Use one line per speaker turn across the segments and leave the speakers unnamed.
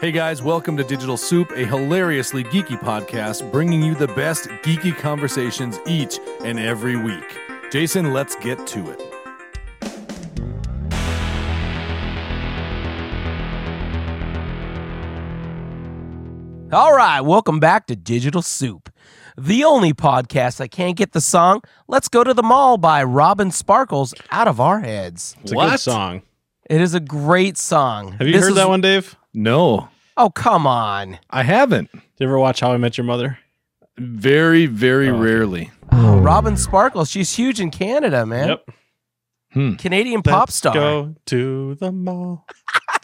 Hey guys, welcome to Digital Soup, a hilariously geeky podcast bringing you the best geeky conversations each and every week. Jason, let's get to it.
All right, welcome back to Digital Soup, the only podcast that can't get the song Let's Go to the Mall by Robin Sparkles out of our heads.
It's a good song.
It is a great song.
Have you
This
heard
is-
that one, Dave?
No,
Oh, come on.
I haven't.
Did you ever watch How I Met Your Mother?
Very, very
Oh, okay.
rarely.
Oh, Robin Sparkles, she's huge in Canada, man.
Yep.
Canadian pop star.
Go to the mall.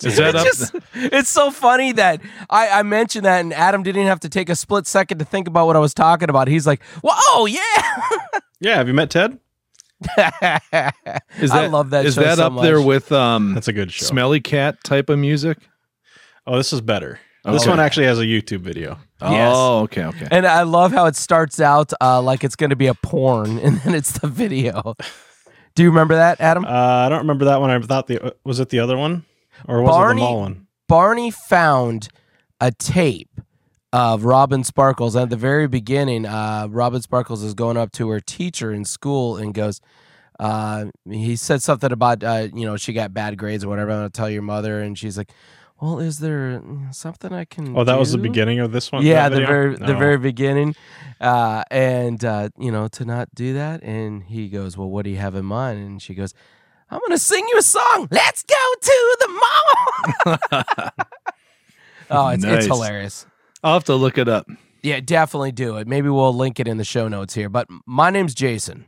Is that
It's,
up?
just- it's so funny that I, I mentioned that, and Adam didn't even have to take a split second to think about what I was talking about. He's like, "Whoa, yeah!"
Yeah. Have you met Ted?
Is
I love that
Is
show
that
so
up there
much.
with um,
That's a good show.
smelly cat type of music?
oh, this is better. This
Okay.
one actually has a YouTube video.
Yes.
Oh, okay, okay.
And I love how it starts out uh, like it's going to be a porn, and then it's the video. Do you remember that, Adam?
Uh, I don't remember that one. I thought the uh, was it the other one or was
Barney-
it the mall one?
Barney found a tape of Robin Sparkles. At the very beginning, uh, Robin Sparkles is going up to her teacher in school and goes, uh, he said something about, uh, you know, she got bad grades or whatever. I'm going to tell your mother. And she's like, well, is there something I can
Oh, that was the
do?"
beginning of this one.
yeah
that
the
video?
very the
Oh, No.
very beginning uh and uh you know to not do that and he goes well what do you have in mind and she goes i'm gonna sing you a song let's go to the mall oh it's,
Nice.
it's hilarious
I'll have to look it up.
yeah definitely do it maybe we'll link it in the show notes here but my name's jason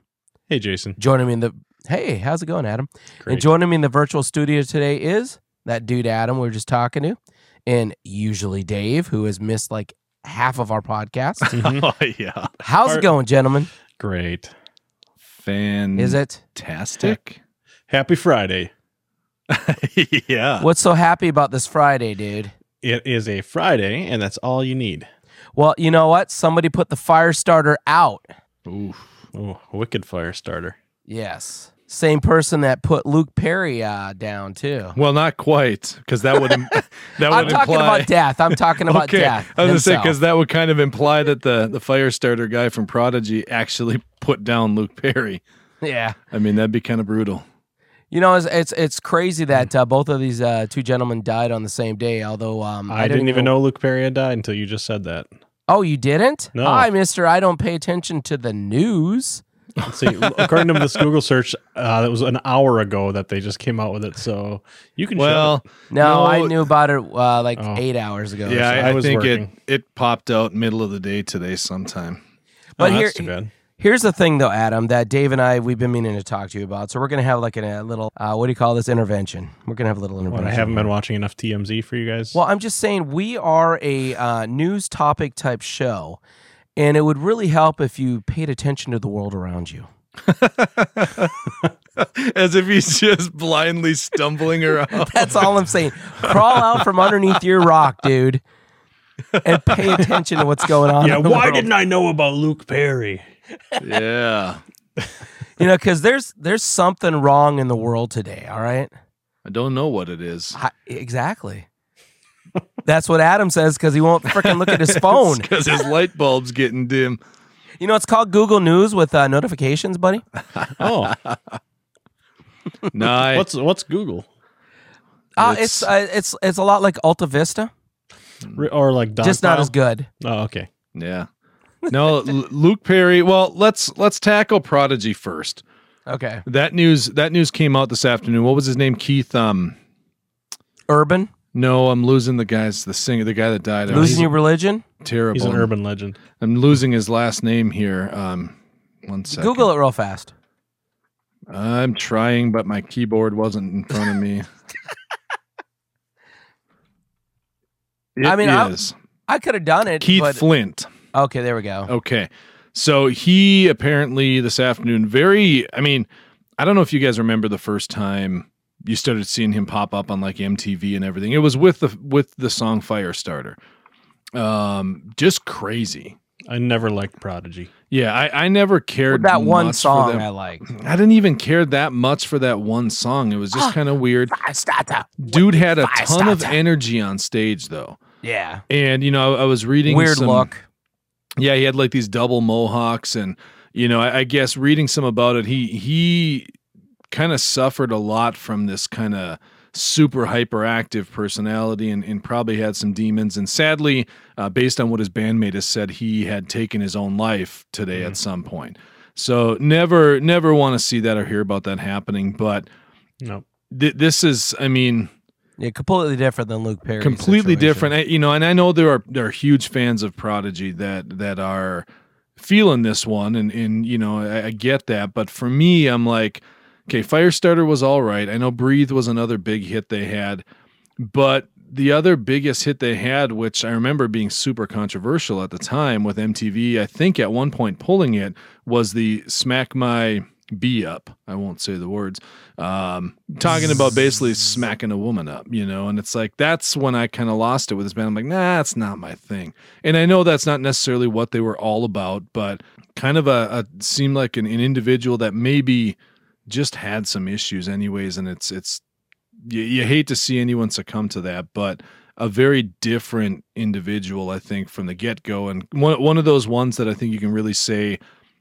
Hey, Jason.
joining me in the hey how's it going adam
Great.
and joining me in the virtual studio today is that dude adam we were just talking to and usually dave who has missed like half of our podcast
Mhm.
Oh yeah,
How's
Are-
it going, gentlemen?
Great.
fan.
Is it?
fantastic?
Happy Friday.
yeah.
What's so happy about this Friday, dude?
It is a Friday, and that's all you need.
Well, you know what? Somebody put the fire starter out.
Oof.
Oh, wicked fire starter.
Yes. Same person that put Luke Perry uh, down too.
Well, not quite, because that would im- that would
I'm talking
imply.
about death. I'm talking about
okay,
death.
I was gonna say
himself.
because that would kind of imply that the the fire starter guy from Prodigy actually put down Luke Perry.
yeah,
I mean, that'd be kind of brutal.
you know, it's it's, it's crazy that uh, both of these uh, two gentlemen died on the same day. Although um,
I, didn't even know Luke Perry had died until you just said that.
Oh, you didn't?
No.
Hi, Mister. I don't pay attention to the news.
Let's see, according to this Google search, uh, that was an hour ago that they just came out with it. So you can. shut it.
Well,
No,
No.
I knew about it uh, like
Oh.
eight hours ago. or
yeah,
so.
I,
I
I
was
think
working.
it it popped out middle of the day today sometime.
but
oh,
here-
that's too bad.
Here's the thing, though, Adam, that Dave and I we've been meaning to talk to you about. So we're gonna have like a, a little uh, what do you call this intervention? We're gonna have a little
Well,
intervention.
I haven't been watching enough TMZ for you guys.
Well, I'm just saying we are a uh, news topic type show, and it would really help if you paid attention to the world around you.
As if he's just blindly stumbling around.
That's all I'm saying. Crawl out from underneath your rock, dude, and pay attention to what's going on.
yeah,
in the
why
world.
didn't I know about Luke Perry?
yeah,
you know? Because there's there's something wrong in the world today. All right.
I don't know what it is.
Hi- exactly. That's what Adam says because he won't freaking look at his phone.
because his light bulb's getting dim.
You know, it's called Google News with uh, notifications, buddy.
Oh,
No, I-
what's what's Google
Uh,
It's-
it's uh, it's it's a lot like Alta Vista,
Re- or like Don
just not as good.
Oh, okay.
yeah. No, L- Luke Perry. Well, let's let's tackle Prodigy first.
Okay,
That news that news came out this afternoon. What was his name? Keith um
urban
no, I'm losing the guy's the singer, the guy that died. I
losing
he's
your religion.
terrible.
He's an urban legend.
I'm losing his last name here. Um one second.
Google it real fast.
I'm trying, but my keyboard wasn't in front of me. It
I mean, I-
is.
I could have done it.
Keith Oh,
but,
Flint.
okay, there we go.
Okay. So he apparently this afternoon, very, I mean, I don't know if you guys remember the first time you started seeing him pop up on like MTV and everything. It was with the with the song Firestarter. Um, just crazy.
I never liked Prodigy.
Yeah, I, I never cared
that one
much for
song
them.
I like.
I didn't even care that much for that one song. It was just kind of weird.
Firestarter.
Dude had a ton of
Ah. Firestarter.
energy on stage though.
Yeah.
And you know, I, I was reading
Weird
some-
look.
Yeah, he had like these double mohawks, and you know, I, I guess reading some about it, he he kind of suffered a lot from this kind of super hyperactive personality and, and probably had some demons and sadly uh, based on what his bandmate has said he had taken his own life today at some point so never never want to see that or hear about that happening but
No.
th- this is i mean
Yeah, completely different than Luke Perry.
completely different I, you know and i know there are there are huge fans of prodigy that that are feeling this one and and you know i, I get that but for me i'm like okay firestarter was all right i know breathe was another big hit they had but the other biggest hit they had which i remember being super controversial at the time with mtv i think at one point pulling it was the smack my bee up i won't say the words um, talking about basically smacking a woman up, you know, and it's like that's when I kind of lost it with this band. I'm like, nah, that's not my thing, and I know that's not necessarily what they were all about, but kind of a, a seemed like an, an individual that maybe just had some issues, anyways, and it's it's you, you hate to see anyone succumb to that, but a very different individual, I think, from the get go, and one one of those ones that I think you can really say.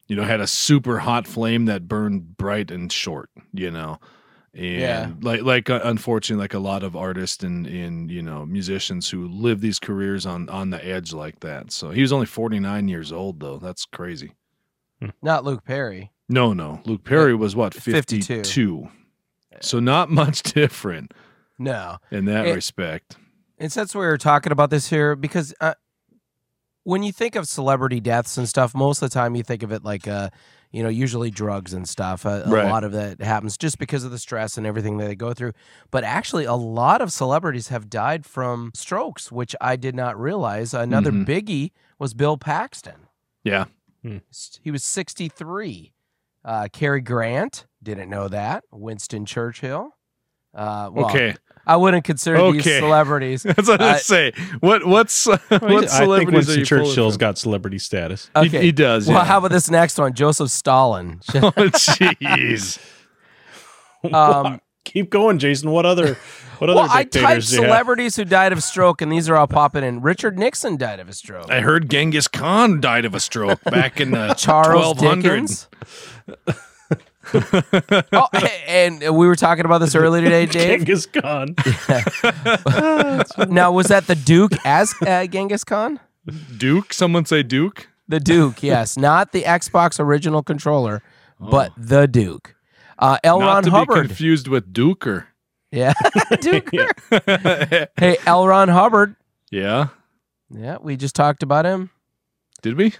You know, had a super hot flame that burned bright and short. You know, and
Yeah.
like like uh, unfortunately like a lot of artists and and you know musicians who live these careers on on the edge like that so he was only 49 years old though that's crazy
Not Luke Perry.
no no luke perry was what 52,
52.
so not much different
No.
in that
It-
respect
And since we were talking about this here, because uh, when you think of celebrity deaths and stuff, most of the time you think of it like, uh, you know, usually drugs and stuff. uh, A, a
Right.
lot of that happens just because of the stress and everything that they go through. But actually, a lot of celebrities have died from strokes, which I did not realize. Another
Mhm.
biggie was Bill Paxton.
Yeah.
Hmm.
S- He was 63. Uh, Cary Grant, didn't know that. Winston Churchill. Uh, well,
okay
I wouldn't consider these
Okay.
celebrities.
that's what i was
I-
gonna say what what's
I
what
think
celebrities are
Winston
you pulling
Churchill's
from?
got celebrity status.
He-
Okay.
he, does
Well,
yeah.
how about this next one? Joseph Stalin.
oh jeez
Um,
Keep going, Jason. What other what other
well, I typed
dictators do you have?
celebrities who died of stroke, and these are all popping in. Richard Nixon died of a stroke.
i heard genghis khan died of a stroke back in uh, the
Charles
1200.
Dickens. oh, a- and we were talking about this earlier today, Dave.
Genghis Khan.
now, was that the Duke as uh, Genghis Khan?
duke someone say duke
The Duke, yes, not the Xbox original controller,
Oh.
but the Duke. Uh, L. Ron
Oh. Not to be
Hubbard.
confused with Duker.
yeah, Duke.
yeah.
Hey, L. Ron Hubbard. Yeah, we just talked about him.
Did we?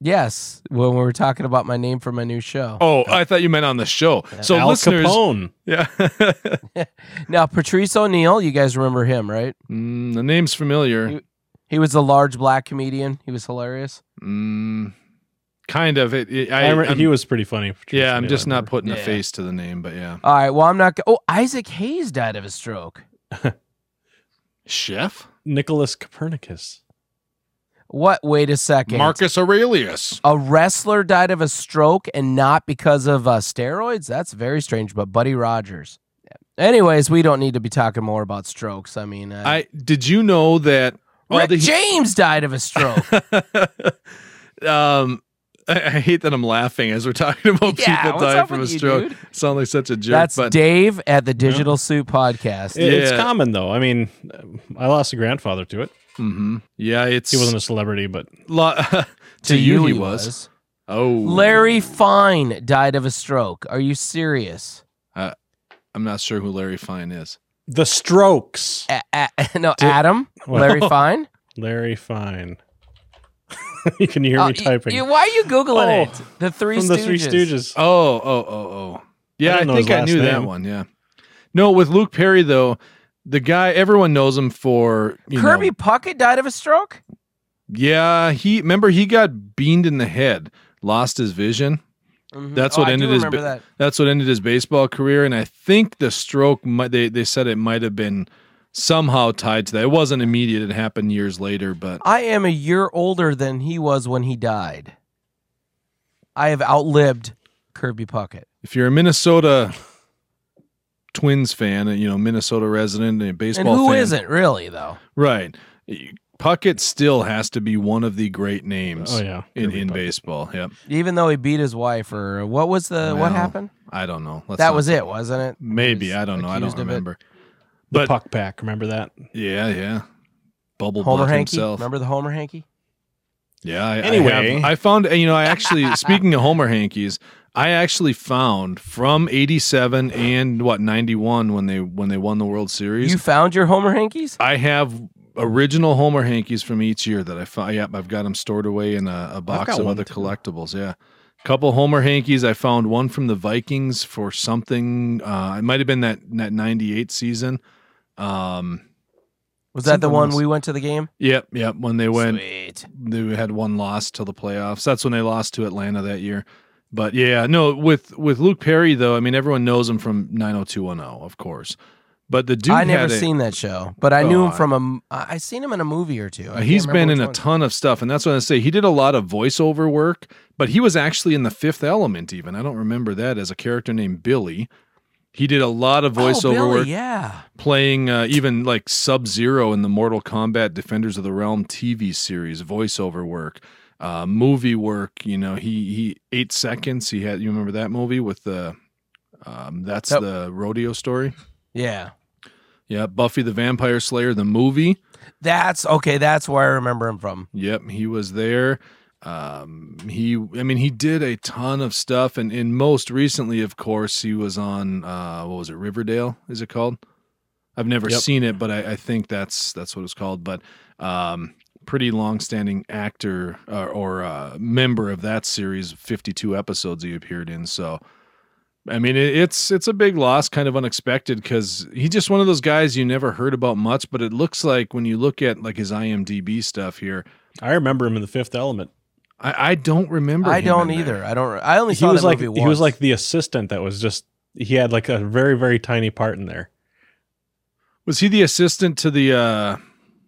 Yes, when we were talking about my name for my new show.
Oh, I thought you meant on the show. So
Al
listeners,
Capone.
yeah.
Now, Patrice O'Neill, you guys remember him, right?
Mm, the name's familiar.
You- He was a large black comedian. He was hilarious.
Mm, kind of. It. it-
I,
I.
remember
I'm-
he was pretty funny. Patrice
yeah, I'm
O'Neill,
just
I
not
remember.
putting a
Yeah.
face to the name, but yeah.
All right, well, I'm not. Go- oh, Isaac Hayes died of a stroke.
Chef
Nicholas Copernicus.
What? Wait a second.
Marcus Aurelius.
A wrestler died of a stroke and not because of uh, steroids? That's very strange, but Buddy Rogers. Anyways, we don't need to be talking more about strokes. I mean, uh,
I did you know that? all
Rick
the-
James died of a stroke.
um, I, I hate that I'm laughing as we're talking about
yeah,
people
what's
dying
up
from a
with you,
stroke.
dude?
Sound like such a jerk,
That's
but
Dave at the Digital Suit Podcast.
It- It's
Yeah.
common though. I mean, I lost a grandfather to it.
Mhm. yeah, it's
He wasn't a celebrity, but
Lo- to, you, he was. Oh,
Larry Fine died of a stroke. Are you serious?
I'm not sure who Larry Fine is.
The Strokes.
A- a- no,
Did-
Adam.
Well,
Larry Fine.
Larry Fine. you can hear
Oh,
me
y-
typing.
you- why are you googling
Oh,
it? The Three
From
Stooges.
the Three Stooges.
Oh, oh, oh, oh. Yeah,
I
I,
don't know
think
his
I
last
knew that
name.
one. Yeah. No, with Luke Perry though, the guy everyone knows him for you
Kirby
Know,
Puckett died of a stroke.
yeah, he remember he got beamed in the head, lost his vision.
Mhm.
That's
Oh,
what
I do
ended his
Remember
bi-
that.
That's what ended his baseball career, and I think the stroke. might- They they said it might have been somehow tied to that. It wasn't immediate; it happened years later. But
I am a year older than he was when he died. I have outlived Kirby Puckett.
if you're a Minnesota Twins fan, you know Minnesota resident and a
And
baseball,
who
fan,
not really though?
Right, Puckett still has to be one of the great names
Oh yeah,
in,
Kirby
in
Puckett.
baseball. Yep,
Even though he beat his wife, or what was the what
Well,
happened?
I don't know. Let's
That
not-
was it, wasn't it?
maybe
was
I don't know. I don't
accused of it.
remember.
The
But-
puck pack. Remember that?
Yeah, yeah. Bubble
Homer
Buck
Hanky.
himself.
Remember the Homer Hanky?
Yeah. I, I,
Anyway.
have- I found you know I actually speaking of Homer Hankies, I actually found from '87 and what '91 when they when they won the World Series.
You found your Homer Hankies?
I have original Homer Hankies from each year that I found. Yep, I've got them stored away in a, a box
got
of
one,
other
too.
collectibles. Yeah. Couple Homer Hankies. I found one from the Vikings for something. Uh, it might have been that that '98 season. Um,
Was that the
Something
one
else.
we went to the game?
yep, yep. When they went,
Sweet.
they had one loss till the playoffs. That's when they lost to Atlanta that year. But yeah, no, with with Luke Perry though, I mean everyone knows him from 90210, of course. But the dude
I never
had a-
seen that show, but I knew him
Oh,
from a. m- I I seen him in a movie or two. I
Uh,
can't
he's been
remember
in a
which one.
ton of stuff, and that's what I say. He did a lot of voiceover work, but he was actually in the Fifth Element. Even I don't remember that as a character named Billy. He did a lot of
Oh,
voiceover
Billy,
work,
Yeah,
playing uh, even like Sub Zero in the Mortal Kombat Defenders of the Realm TV series. Voiceover work, uh, movie work. You know, he he eight seconds. He had you remember that movie with the um, that's
That-
the rodeo story.
yeah.
Yeah, Buffy the Vampire Slayer the movie.
That's okay. That's where I remember him from.
Yep, he was there. Um, he, I mean, he did a ton of stuff, and and most recently, of course, he was on uh, what was it, Riverdale? Is it called? I've never
Yep.
seen it, but I, I think that's that's what it's called. But um, pretty long-standing actor uh, or uh, member of that series, fifty-two episodes he appeared in. So, I mean, it, it's it's a big loss, kind of unexpected, because he's just one of those guys you never heard about much. But it looks like when you look at like his IMDb stuff here,
I remember him in the Fifth Element.
I, I don't remember.
I
him
don't
in there.
either. I don't. I only
He
saw
was
that
like
movie once.
he was like the assistant that was just he had like a very very tiny part in there.
Was he the assistant to the uh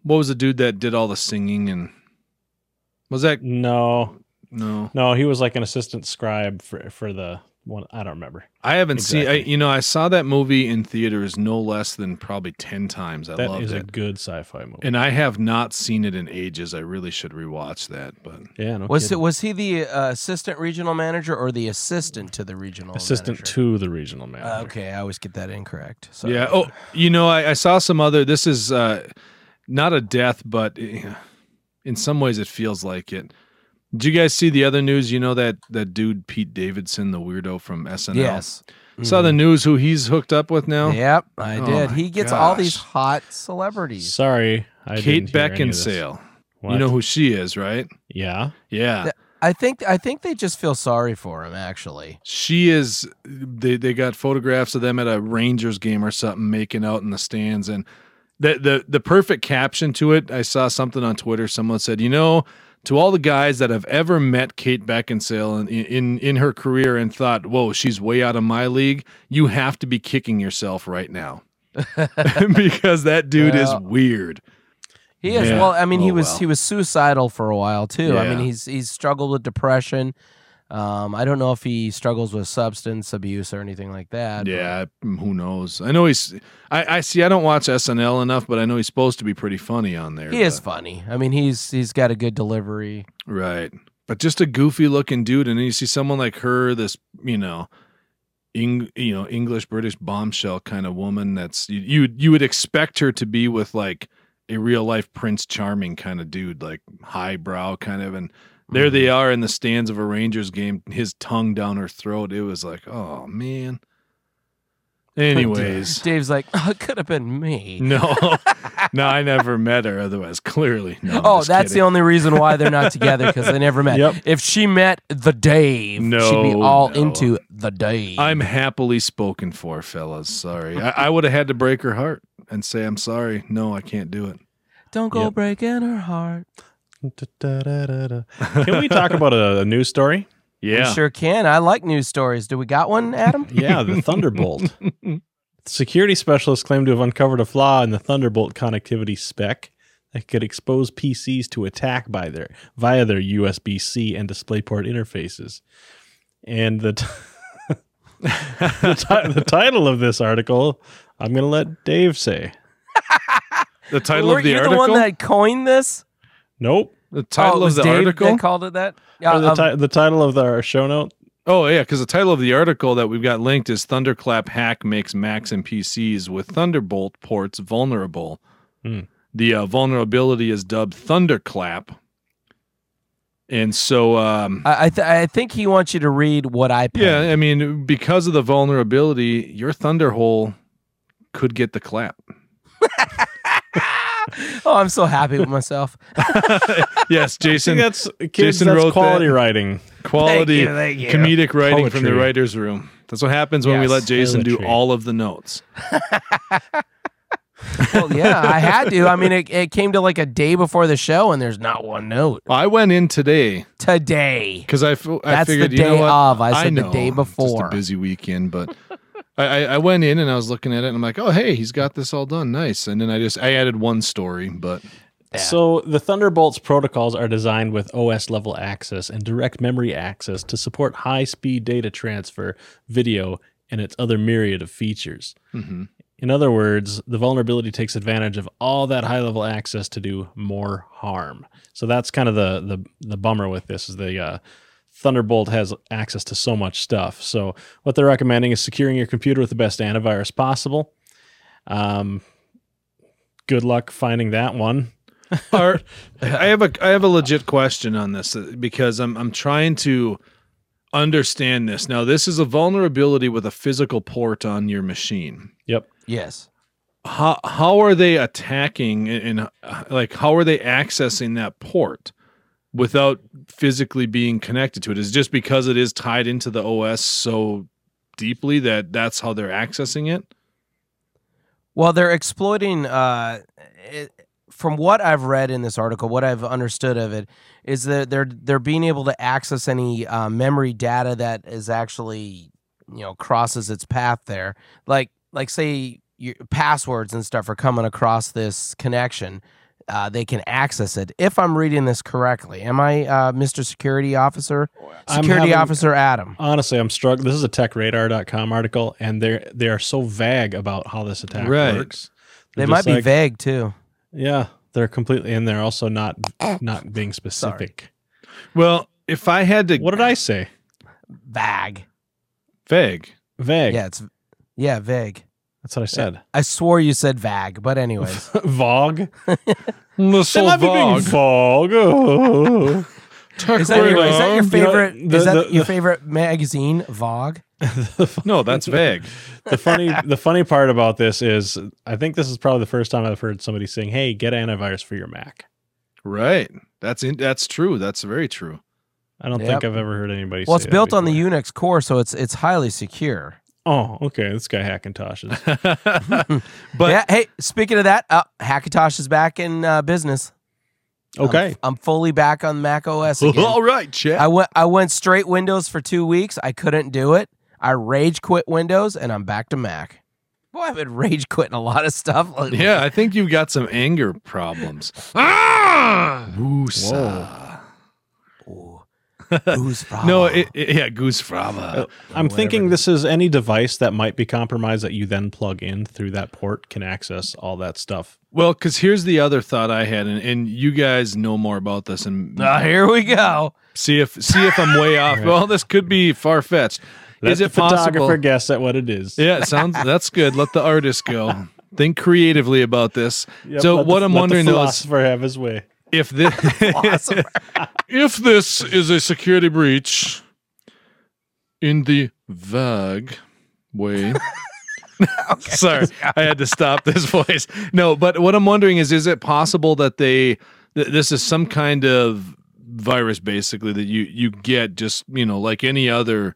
what was the dude that did all the singing and was that
No,
no?
no, he was like an assistant scribe for for the one. I don't remember.
I haven't seen. I,
Exactly.
you know, I saw that movie in theaters no less than probably ten times. I
that
loved
is
it,
a good sci-fi movie.
and I have not seen it in ages. I really should rewatch that. But
yeah, no
was it,
kidding.
was he the uh, assistant regional manager or the assistant to the regional
assistant
manager?
to the regional manager?
Uh, okay, I always get that incorrect. So
yeah. Oh, you know, I, I saw some other. This is uh not a death, but eh, in some ways it feels like it. Did you guys see the other news? You know that that dude Pete Davidson, the weirdo from SNL.
yes.
Saw the news who he's hooked up with now?
Mhm. Yep, I
Oh
did.
my
He gets all
gosh.
these hot celebrities.
Sorry, I
Kate
didn't hear any of this.
Beckinsale.
What?
You know who she is, right?
Yeah,
Yeah.
Th- I think I think they just feel sorry for him. Actually,
she is they they got photographs of them at a Rangers game or something making out in the stands and the the the perfect caption to it, I saw something on Twitter someone said, "You know, to all the guys that have ever met Kate Beckinsale in, in in her career and thought, "Whoa, she's way out of my league." You have to be kicking yourself right now. because that dude
Well,
is weird.
he is.
Yeah.
Well, I mean, he
Oh,
was
well.
he was suicidal for a while too. I mean,
Yeah.
he's he's struggled with depression. Um, I don't know if he struggles with substance abuse or anything like that. but-
Yeah, mm, who knows? I know he's. I, I see. I don't watch SNL enough, but I know he's supposed to be pretty funny on there.
He is funny. I mean, he's he's got a good delivery.
but- right, but just a goofy looking dude, and then you see someone like her, this you know, Eng, you know, English British bombshell kind of woman. That's you, you you would expect her to be with like a real life Prince Charming kind of dude, like highbrow kind of, and there
Mm.
they are in the stands of a Rangers game, his tongue down her throat. It was like, oh man. Anyways,
Dave's like, oh, it could have been me.
No, no, I never met her. Otherwise, clearly, no.
oh, that's the only reason why they're not together because they never met.
Yep.
If she met the Dave, she'd be
No,
all
no.
into the Dave.
I'm happily spoken for, fellas. Sorry, I, I would have had to break her heart and say I'm sorry. No, I can't do it.
Don't go
Yep.
breaking her heart.
Da-da-da-da. Can we talk about a, a news story?
We sure can. I like news stories. Do we got one, Adam?
Yeah, the Thunderbolt. Security specialists claim to have uncovered a flaw in the Thunderbolt connectivity spec that could expose PCs to attack by their via their USB-C and DisplayPort interfaces. And the t- the, ti- the title of this article, I'm going to let Dave say.
The title
Were
of the
you
article.
the one that coined this?
Nope.
the title
oh, it
of
was
the
Dave
article.
that called it that. um,
Or the,
of-
ti- the title of the, our show note.
Oh yeah, because the title of the article that we've got linked is "Thunderclap Hack Makes Macs and PCs with Thunderbolt Ports Vulnerable."
Hmm.
The uh, vulnerability is dubbed Thunderclap, and so um,
I I, th- I think he wants you to read what I. penned.
yeah, I mean, because of the vulnerability, your Thunderhole could get the clap.
oh, I'm so happy with myself.
yes,
See,
Jason,
that's kids,
Jason
that's
wrote
quality
that.
writing.
quality
thank you.
comedic writing from the
Poetry.
writers' room. That's what happens when we
Yes.
let Jason do
Poetry.
all of the notes.
well, yeah, I had to. I mean, it, it came to like a day before the show, and there's not one note
I went in today
today.
because I, f- I
That's
figured
the
you know
day
what?
of. I said the
know,
day
it's Just
before.
a busy weekend, but I, I, I went in and I was looking at it and I'm like, oh hey, he's got this all done, nice. And then I just I added one story, but
Yeah.
So the Thunderbolt's protocols are designed with OS level access and direct memory access to support high speed data transfer, video, and its other myriad of features.
mhm.
In other words, the vulnerability takes advantage of all that high level access to do more harm. So that's kind of the the, the bummer with this is the uh, Thunderbolt has access to so much stuff. So what they're recommending is securing your computer with the best antivirus possible. Um, good luck finding that one.
Or- I have a I have a legit question on this uh, because I'm I'm trying to understand this. Now this is a vulnerability with a physical port on your machine.
Yep.
Yes.
How how are they attacking and, and uh, like how are they accessing that port? without physically being connected to it is it just because it is tied into the OS so deeply that that's how they're accessing it.
Well, they're exploiting. Uh, it, from what I've read in this article, what I've understood of it is that they're they're being able to access any uh, memory data that is actually you know crosses its path there. Like like say your passwords and stuff are coming across this connection. Uh, they can access it if I'm reading this correctly. Am I, uh, Mr. Security Officer?
I'm
Security
having-
Officer Adam.
Honestly, I'm struggling. This is a techradar.com article, and they're they are so vague about how this attack
Right.
works.
They
They're
might
just
be
like,
vague too.
Yeah, they're completely, and they're also not not being specific.
Well, if I had to
What did I say?
Vague.
vague.
Vague.
Yeah, it's yeah vague.
That's what I said.
I swore you said vag, but anyways.
Vogue.
Little
Vogue. Oh.
Is that, your, is that your
Vogue. You know,
favorite?
the-
is that
the-
your
the-
favorite magazine? Vogue.
no, that's vague.
the funny the funny part about this is, I think this is probably the first time I've heard somebody saying, "Hey, get antivirus for your Mac."
Right. That's in, that's true. That's very true.
I don't
Yep.
think I've ever heard anybody.
Well,
say
it's
that
built on the
before.
Unix core, so it's it's highly secure.
Oh, okay. This guy Hackintosh is
but
yeah. Hey, speaking of that, uh, Hackintosh is back in uh, business. I'm-
okay.
I'm, fully back on Mac OS. Again.
all right, Chad.
I went I went straight Windows for two weeks. I couldn't do it. I rage quit Windows, and I'm back to Mac. Boy, I've been rage quitting a lot of stuff. lately.
yeah, I think you've got some anger problems. ah! Woosa.
Ooh. Who's
No,
Bravo?
it, it- yeah, goose frava.
Uh, I'm
oh, whatever it
thinking this is any device that might be compromised that you then plug in through that port can access all that stuff.
Well, because here's the other thought I had, and, and you guys know more about this, and
Uh,
Now, here we go.
see if see if I'm way off. Well, this could be far fetched.
Let
Is
the
it
photographer
possible?
guess at what it is?
Yeah, it sounds that's good. Let the artist go. Think creatively about this.
Yep,
so
let the-
what I'm
let the
wondering though is
philosopher have his way.
if this
Awesome.
if this is a security breach in the vague way. Sorry, I had to stop this voice. No, but what I'm wondering is is it possible that they th- this is some kind of virus basically that you you get just, you know, like any other,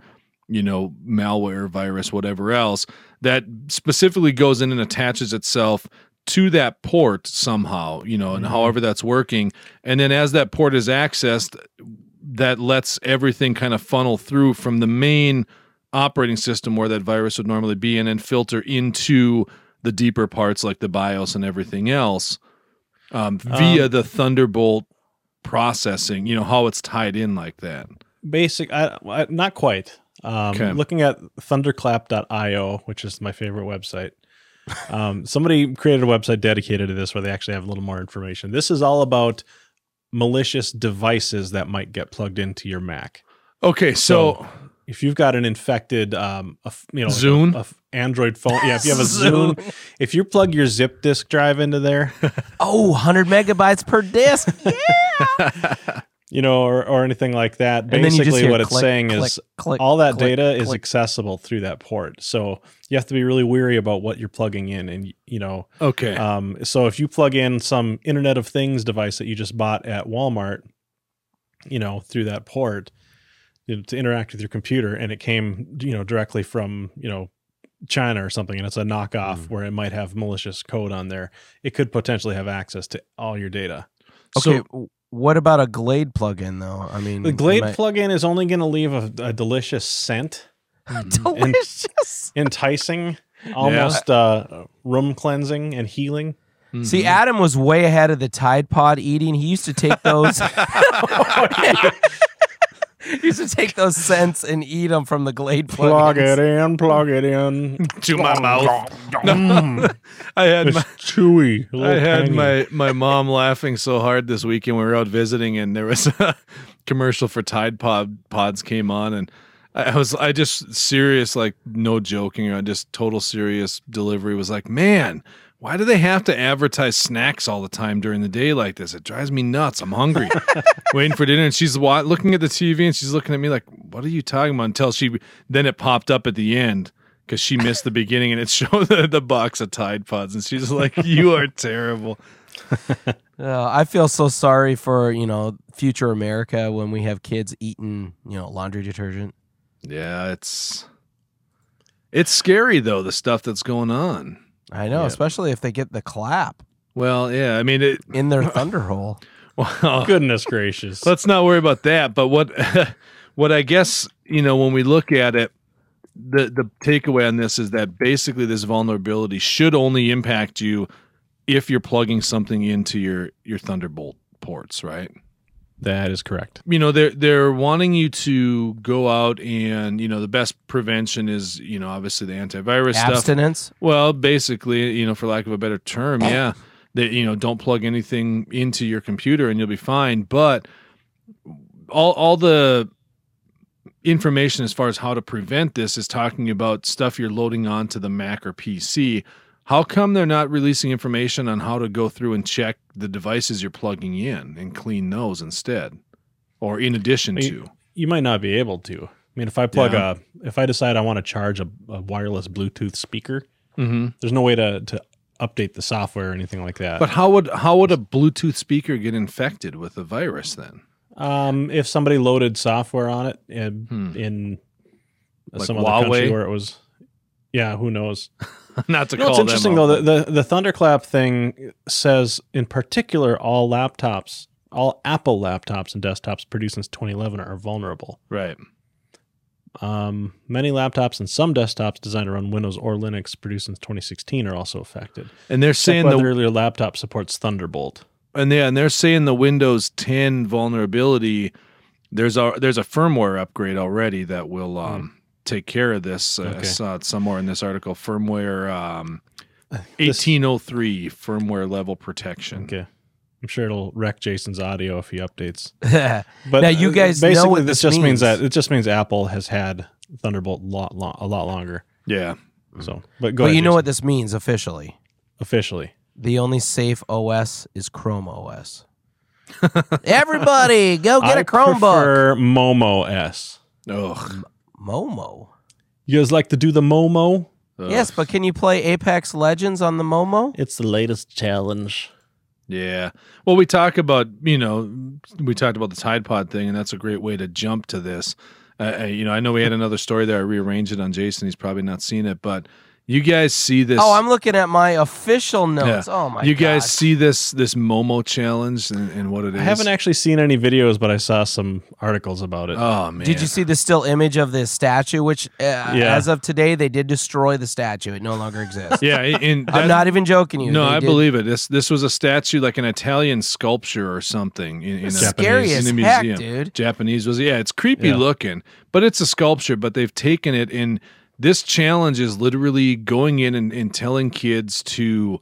you know, malware, virus, whatever else that specifically goes in and attaches itself to that port somehow, you know, and however that's working. And then as that port is accessed, that lets everything kind of funnel through from the main operating system where that virus would normally be and then filter into the deeper parts like the BIOS and everything else um, via the Thunderbolt processing, you know, how it's tied in like that.
basic I, I- not quite um
Okay.
looking at thunderclap.io which is my favorite website um somebody created a website dedicated to this where they actually have a little more information this is all about malicious devices that might get plugged into your mac
Okay, so,
if you've got an infected um a f- you know
Zune?
a f- android phone yeah if you have a zoom if you plug your zip disk drive into there
Oh, 100 megabytes per disk.
you know or, or anything like that
And then you just
basically
hear
what it's
click,
saying
click,
is
click,
all that
click,
data is
click.
accessible through that port. So you have to be really wary about what you're plugging in. And, you know,
okay.
um, so if you plug in some Internet of Things device that you just bought at Walmart, you know, through that port you know, to interact with your computer and it came, you know, directly from, you know, China or something and it's a knockoff
Mm.
where it might have malicious code on there, it could potentially have access to all your data.
Okay,
so,
w- what about a Glade plugin though? I
Mm,
mean,
The Glade
am I-
plugin is only going to leave a, a delicious scent.
Mm-hmm. delicious.
enticing, almost uh, room cleansing and healing.
mhm.
Mm-hmm.
See, Adam was way ahead of the Tide Pod eating. He used to take those. he used to take those scents and eat them from the Glade plugins.
in, plug it in.
to my mouth.
Mm,
I had
it's
my,
chewy.
I
a little
had
tangy.
my my mom laughing so hard this weekend. We were out visiting, and there was a commercial for Tide Pod pods came on, and I I was I just serious, like no joking, or just total serious delivery was like, man. Why do they have to advertise snacks all the time during the day like this? It drives me nuts. I'm hungry, waiting for dinner, and she's wa- looking at the TV and she's looking at me like, "What are you talking about?" Until she then it popped up at the end, because she missed the beginning and it showed the, the box of Tide Pods and she's like, "You are terrible."
Uh, I feel so sorry for you know future America when we have kids eating you know laundry detergent.
Yeah, it's it's scary though the stuff that's going on.
I know,
Yeah.
especially if they get the clap
Well, yeah, I mean it.
in their thunder hole.
Well,
Goodness gracious.
let's not worry about that. But what what I guess you know when we look at it, the the takeaway on this is that basically this vulnerability should only impact you if you're plugging something into your your Thunderbolt ports, right?
that is correct.
you know they're they're wanting you to go out and you know the best prevention is you know obviously the antivirus stuff
Abstinence.
well basically you know for lack of a better term yeah that you know don't plug anything into your computer and you'll be fine but all all the information as far as how to prevent this is talking about stuff you're loading onto the mac or pc how come they're not releasing information on how to go through and check the devices you're plugging in and clean those instead or in addition
Are you-
to
You might not be able to. I mean, if I plug
Yeah.
a, if I decide I want to charge a, a wireless Bluetooth speaker,
mm-hmm.
there's no way to, to update the software or anything like that.
but how would how would a bluetooth speaker get infected with a virus then
um, if somebody loaded software on it and
Hmm.
in
Like
some other country
Huawei?
where it was, yeah, who knows?
not to
You know,
call
it's interesting
them
though.
out,
The, the the thunderclap thing says in particular all laptops, all Apple laptops and desktops produced since 2011 are vulnerable.
but- right
Um, many laptops and some desktops designed to run Windows or Linux produced since 2016 are also affected.
and they're
Saying
saying
whether
the
your laptop supports Thunderbolt.
and yeah, and they're saying the Windows 10 vulnerability. There's a there's a firmware upgrade already that will um, take care of this. Uh, I
Hmm. Okay.
saw it somewhere in this article. Firmware um,
Uh, This-
1803 firmware level protection.
Okay, I'm sure it'll wreck Jason's audio if he updates. But
Now, you
uh,
guys know
basically
what this
this, just means.
means.
that it just means Apple has had Thunderbolt a lot, lo- a lot longer.
Yeah.
So, but go.
but
ahead,
you know
Jason.
what this means officially.
Officially,
The only safe OS is Chrome OS. Everybody, go get a
I
Chromebook.
Prefer Momo S.
Ugh.
Momo.
You guys like to do the Momo?
Ugh.
Yes, but can you play Apex Legends on the Momo?
It's the latest challenge.
Yeah. Well, we talk about, you know, we talked about the Tide Pod thing, and that's a great way to jump to this. Uh, uh, you know, I know we had another story there. I rearranged it on Jason. He's probably not seen it, but, You guys see this?
Oh, I'm looking at my official notes. Oh my!
you guys
God.
see this this Momo challenge and, and what it is?
I haven't actually seen any videos, but I saw some articles about it.
Oh man!
Did you see the still image of the statue? Which, uh, as of today, they did destroy the statue. It no longer exists.
Yeah, and that-
I'm not even joking you.
No,
They
I
did-
believe it. This this was a statue, like an Italian sculpture or something, in, in a
It's scary
in
as
a
heck,
museum.
dude.
Japanese was yeah, it's creepy
Yeah.
looking, but it's a sculpture. But they've taken it, and this challenge is literally going in and, and telling kids to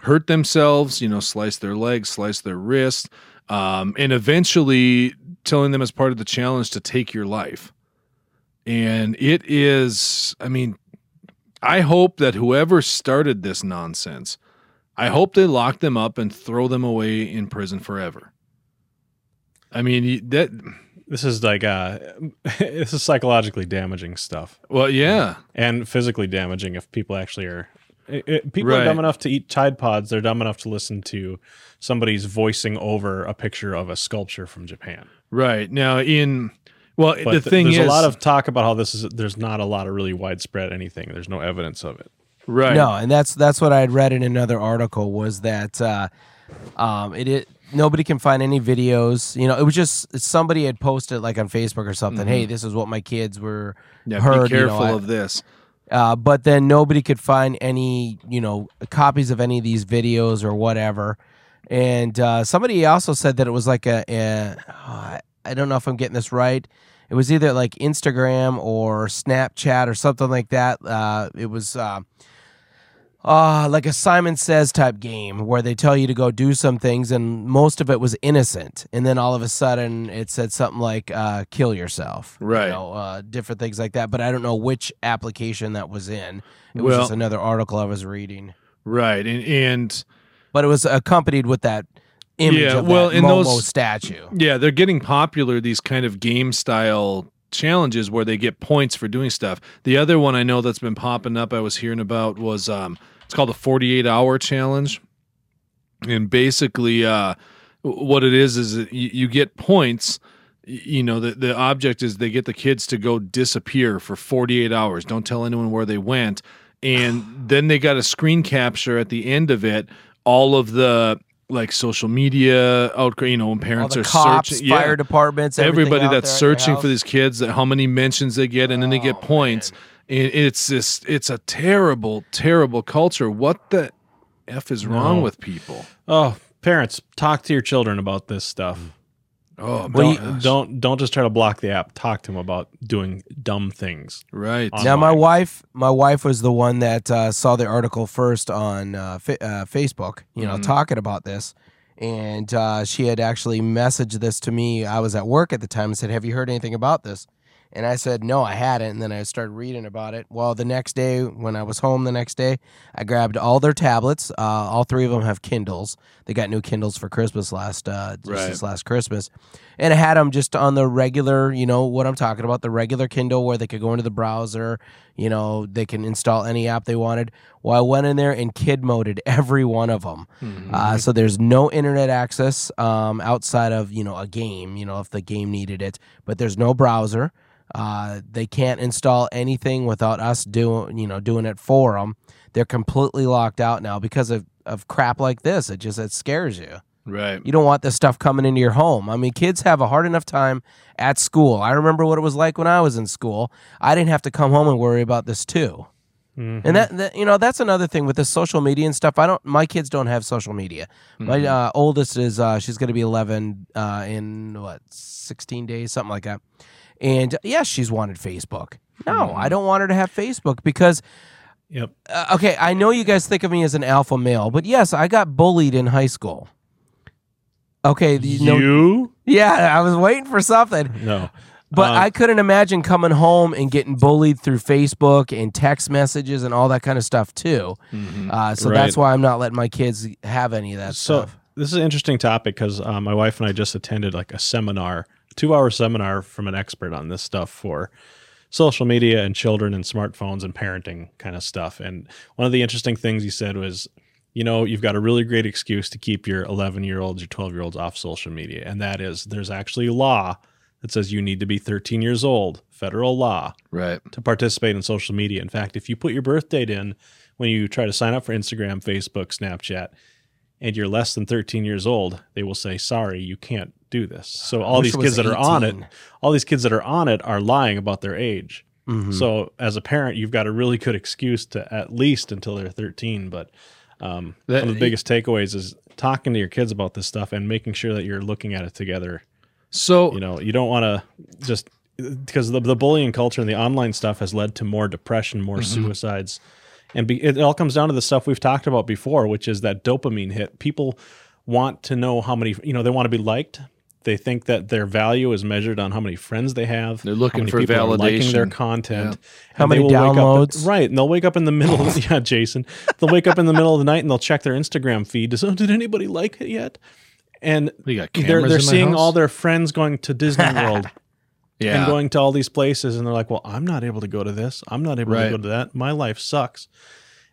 hurt themselves, you know, slice their legs, slice their wrists, um, and eventually telling them as part of the challenge to take your life. And it is, I mean, I hope that whoever started this nonsense, I hope they lock them up and throw them away in prison forever. I mean, you- that,
This is like uh, this is psychologically damaging stuff
well, yeah.
and physically damaging if people actually are. i i people
Right.
are dumb enough to eat Tide Pods. They're dumb enough to listen to somebody's voicing over a picture of a sculpture from Japan.
Right. Now, in, well,
But
the
th-
thing
there's
is,
a lot of talk about how this is. There's not a lot of really widespread anything. There's no evidence of it.
right.
No, and that's that's what I had read in another article was that uh, um, it, it nobody can find any videos. You know, it was just somebody had posted like on Facebook or something. Hey, this is what my kids were
Yeah,
heard.
be careful
you know, I-
of this.
uh, but then nobody could find any you know copies of any of these videos or whatever and uh, somebody also said that it was like a, a oh, I- i don't know if i'm getting this right it was either like instagram or snapchat or something like that uh, it was uh, uh, like a Simon Says type game where they tell you to go do some things, and most of it was innocent. And then all of a sudden, it said something like uh, "kill yourself," you
Right.
know, uh, different things like that. But I don't know which application that was in. It was
Well-
just another article I was reading,
Right. And, and,
but it was accompanied with that image
Yeah,
of
well,
that
in
Momo
those-
statue.
Yeah, they're getting popular these kind of game style challenges where they get points for doing stuff. The other one I know that's been popping up I was hearing about was um it's called the 48 hour challenge. And basically uh w- what it is is that you, you get points Y- you know the, the object is they get the kids to go disappear for 48 hours don't tell anyone where they went and then they got a screen capture at the end of it all of the like social media out you know when
All
parents
the
are
cops,
searching yeah,
fire departments, everything
everybody
out
that's
there at their
searching for
house.
these kids that how many mentions they get and then they
Oh,
get points and it's this it's a terrible terrible culture what the f is wrong
No.
with people
Oh, parents, talk to your children about this stuff.
oh
Well, you-
my gosh.
Don't don't just try to block the app. Talk to them about doing dumb things.
right
on-
Now, my
online.
wife, my wife was the one that uh, saw the article first on uh, fa- uh, Facebook. You know,
Mhm.
talking about this, and uh, she had actually messaged this to me. I was at work at the time and said, "Have you heard anything about this?" And I said, "No, I hadn't." And then I started reading about it. Well, the next day, when I was home the next day, I grabbed all their tablets. Uh, all three of them have Kindles. They got new Kindles for Christmas last uh, just
Right.
this last Christmas, and I had them just on the regular, you know what I'm talking about, the regular Kindle where they could go into the browser, you know, they can install any app they wanted. Well, I went in there and kid moded every one of them.
Mm-hmm.
Mhm.
Uh, so there's no internet access um, outside of you know a game. You know if the game needed it, but there's no browser. Uh, they can't install anything without us doing you know doing it for them. They're completely locked out now because of of crap like this. It just it scares you.
right
You don't want this stuff coming into your home. I mean, kids have a hard enough time at school. I remember what it was like when I was in school. I didn't have to come home and worry about this too.
Mhm.
And that, that you know, that's another thing with the social media and stuff. I don't. My kids don't have social media. My
Mhm.
uh, oldest is uh, she's going to be eleven uh, in what sixteen days, something like that. And yes, she's wanted Facebook. No, I don't want her to have Facebook because
Yep.
uh, okay, I know you guys think of me as an alpha male, but yes, I got bullied in high school. Okay, you know,
You?
yeah, I was waiting for something.
No.
But
Um,
I couldn't imagine coming home and getting bullied through Facebook and text messages and all that kind of stuff too.
Mhm.
Uh, so
Right.
that's why I'm not letting my kids have any of that
so
stuff.
this is an interesting topic because uh, my wife and I just attended like a seminar, two hour seminar from an expert on this stuff for social media and children and smartphones and parenting kind of stuff. And one of the interesting things he said was, you know, you've got a really great excuse to keep your 11 year olds, your 12 year olds off social media, and that is there's actually law that says you need to be 13 years old, federal law,
Right.
to participate in social media. In fact, if you put your birth date in when you try to sign up for Instagram, Facebook, Snapchat, and you're less than 13 years old, they will say, sorry, you can't do this. So all
Wish
these
it
kids
was
that are on it,
18.
all these kids that are on it are lying about their age.
Mhm.
So as a parent, you've got a really good excuse to at least until they're 13. But um,
That-
one of the biggest takeaways is talking to your kids about this stuff and making sure that you're looking at it together.
So
You know, you don't want to just because the, the bullying culture and the online stuff has led to more depression, more
Mm-hmm.
suicides. And be, it all comes down to the stuff we've talked about before, which is that dopamine hit. People want to know how many, you know, they want to be liked. They think that their value is measured on how many friends they have.
They're looking
how many
for
people are liking their
validation.
content.
How
And they
many
will wake up-
downloads?
right. And they'll wake up in the middle. yeah, Jason. They'll wake up in the middle of the night and they'll check their Instagram feed. Does, oh, did anybody like it yet? And
we got cameras.
they're, they're
in my
seeing
house?
all their friends going to Disney World
yeah.
and going to all these places, and they're like, "Well, I'm not able to go to this. I'm not able
Right.
to go to that. My life sucks,"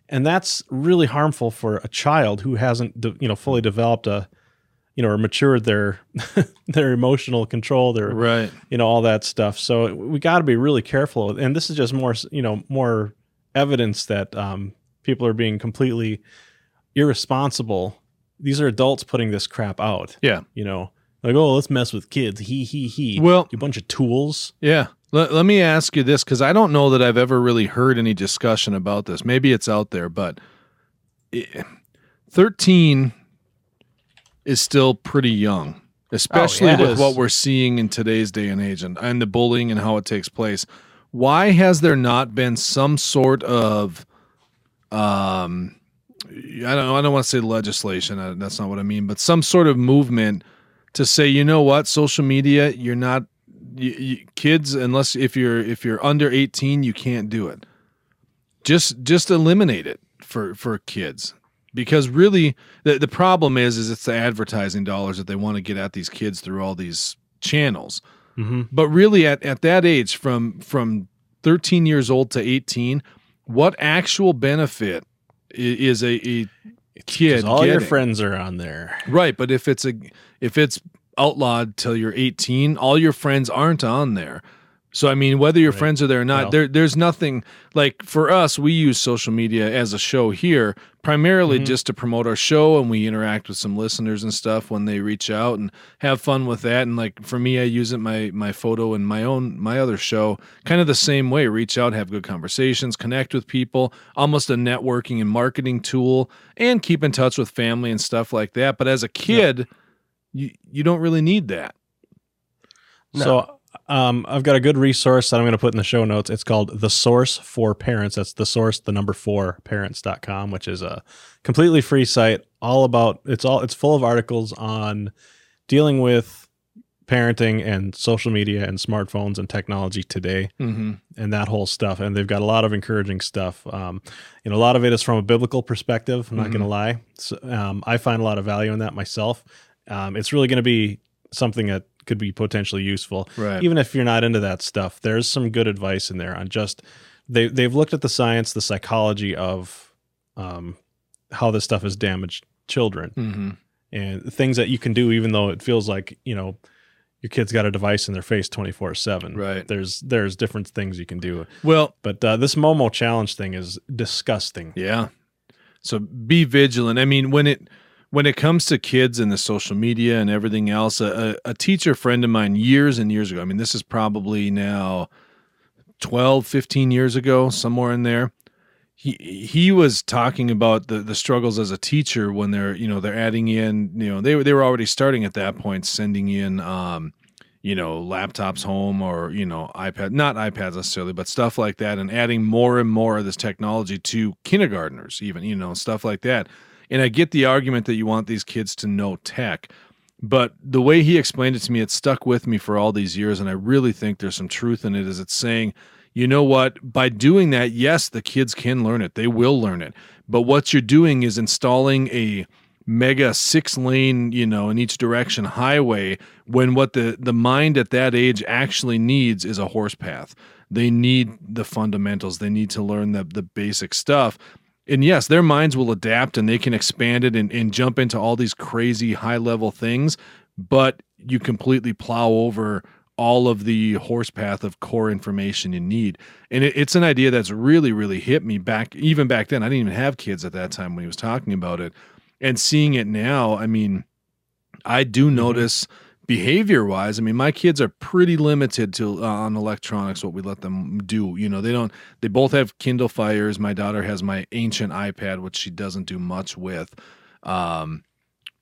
and that's really harmful for a child who hasn't, de- you know, fully developed a, you know, or matured their their emotional control, their
right.
you know all that stuff so we got to be really careful and this is just more you know more evidence that um, people are being completely irresponsible these are adults putting this crap out
Yeah.
you know like oh let's mess with kids he he he
Well-
you bunch of tools
Yeah. Let, let me ask you this because I don't know that I've ever really heard any discussion about this. Maybe it's out there, but it- 13 is still pretty young, especially
yeah. It
with
is.
what we're seeing in today's day and age and, and the bullying and how it takes place. Why has there not been some sort of, um, I don't, I don't want to say legislation. uh, That's not what I mean, but some sort of movement to say, you know what, social media, you're not you, you, kids unless if you're if you're under 18 you can't do it just just eliminate it for for kids because really the, the problem is is it's the advertising dollars that they want to get at these kids through all these channels
mm-hmm.
but really at, at that age from from 13 years old to 18 what actual benefit i- is a, a kid
all your
getting?
friends are on there
Right, but if it's a if it's outlawed till you're 18, all your friends aren't on there. So I mean, whether your
Right.
friends are there or not,
Well-
there there's nothing like for us. We use social media as a show here primarily
Mhm.
just to promote our show, and we interact with some listeners and stuff when they reach out and have fun with that. And like for me, I use it my my photo and my own my other show kind of the same way. Reach out, have good conversations, connect with people, almost a networking and marketing tool, and keep in touch with family and stuff like that. But as a kid, you you don't really need that.
No.
so um, i've got a good resource that i'm going to put in the show notes it's called the source for parents that's the source the number four parents.com which is a completely free site all about it's all it's full of articles on dealing with parenting and social media and smartphones and technology today
Mm-hmm.
and that whole stuff and they've got a lot of encouraging stuff um, and a lot of it is from a biblical perspective i'm not going to lie so, um, i find a lot of value in that myself um, it's really going to be something that could be potentially useful
Right.
even if you're not into that stuff there's some good advice in there on just they they've looked at the science the psychology of um, how this stuff has damaged children
mm-hmm.
and things that you can do even though it feels like you know your kid's got a device in their face 24 7
Right.
there's there's different things you can do
Well,
but uh, this momo challenge thing is disgusting
Yeah. So be vigilant. I mean, when it when it comes to kids and the social media and everything else, a, a a teacher friend of mine years and years ago, I mean, this is probably now 12, 15 years ago, somewhere in there. He, he was talking about the, the struggles as a teacher when they're you know they're adding in you know they were they were already starting at that point sending in um, you know laptops home or you know ipad not ipads necessarily but stuff like that and adding more and more of this technology to kindergartners even you know stuff like that and i get the argument that you want these kids to know tech but the way he explained it to me it stuck with me for all these years and i really think there's some truth in it is it's saying you know what by doing that yes the kids can learn it they will learn it but what you're doing is installing a mega six lane you know in each direction highway when what the the mind at that age actually needs is a horse path they need the fundamentals they need to learn the the basic stuff and yes their minds will adapt and they can expand it and, and jump into all these crazy high level things but you completely plow over all of the horsepath of core information you need. And it, it's an idea that's really, really hit me back, even back then. I didn't even have kids at that time when he was talking about it. And seeing it now, I mean, I do notice behavior wise. I mean, my kids are pretty limited to uh, on electronics, what we let them do. You know, they don't, they both have Kindle Fires. My daughter has my ancient iPad, which she doesn't do much with. Um,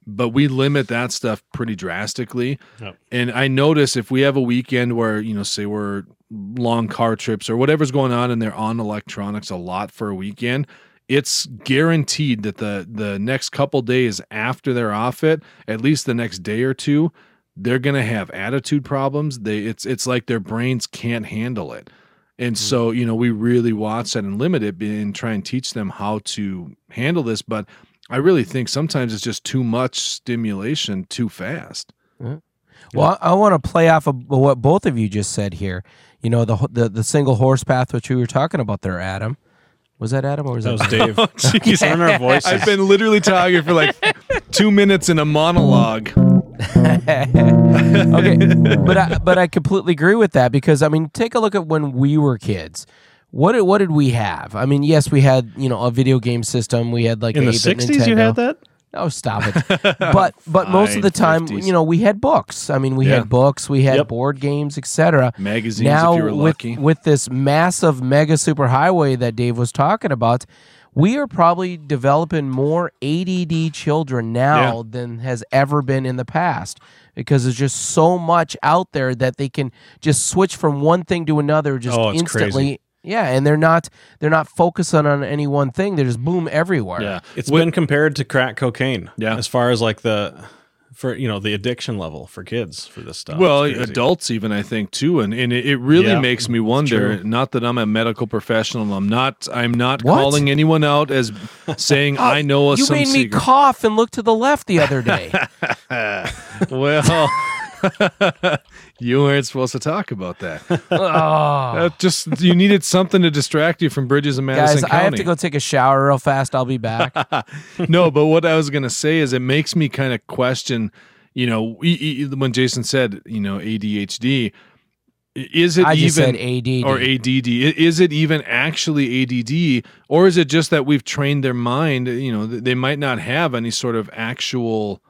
but we limit that stuff pretty drastically.
Yep.
And I notice if we have a weekend where, you know, say we're long car trips or whatever's going on and they're on electronics a lot for a weekend, it's guaranteed that the the next couple days after they're off it, at least the next day or two, they're going to have attitude problems. They it's it's like their brains can't handle it. And
Mm.
so, you know, we really watch that and limit it and try and teach them how to handle this, but I really think sometimes it's just too much stimulation too fast.
Well, I, I want to play off of what both of you just said here. You know, the ho- the, the single horse path which we were talking about there, Adam. Was that Adam or was
That
that?
was Dave.
Oh, jeez.
Turn our voices.
I've been literally talking for like two minutes in a monologue.
okay, but I, but I completely agree with that because I mean, take a look at when we were kids. What did, what did we have? I mean, yes, we had you know a video game system. We had like
in
a
the
the
60s, you
Nintendo.
had that?
Oh, stop it! But but most
Fine,
of the time,
50s.
you know, we had books. I mean, we
Yeah.
had books. We had
Yep.
board games, etc.
Magazines,
now
if you were
with
lucky.
with this massive mega superhighway that Dave was talking about, we are probably developing more ADD children now than has ever been in the past because there's just so much out there that they can just switch from one thing to another just
Oh, it's crazy.
instantly. Yeah, and they're not they're not focusing on any one thing. They're just boom everywhere.
yeah.
It's been compared to crack cocaine.
Yeah.
As far as like the for you know, the addiction level for kids for this
Oh,
stuff.
Well,
It's crazy.
adults even I think too, and and it, it really
Yeah,
makes me wonder.
true.
Not that I'm a medical professional. I'm not. I'm not
What? Oh,
calling anyone out as saying I know a
You
some
made me
secret.
cough and look to the left the other day.
well, you weren't supposed to talk about that.
oh.
That just you needed something to distract you from Bridges and Madison
Guys,
County.
I have to go take a shower real fast. I'll be back.
no, but what I was going to say is it makes me kind of question, you know, e- e- when Jason said, you know, ADHD, i- is it
I
even
just said AD.
or ADD? I- Is it even actually ADD or is it just that we've trained their mind, you know, th- they might not have any sort of actual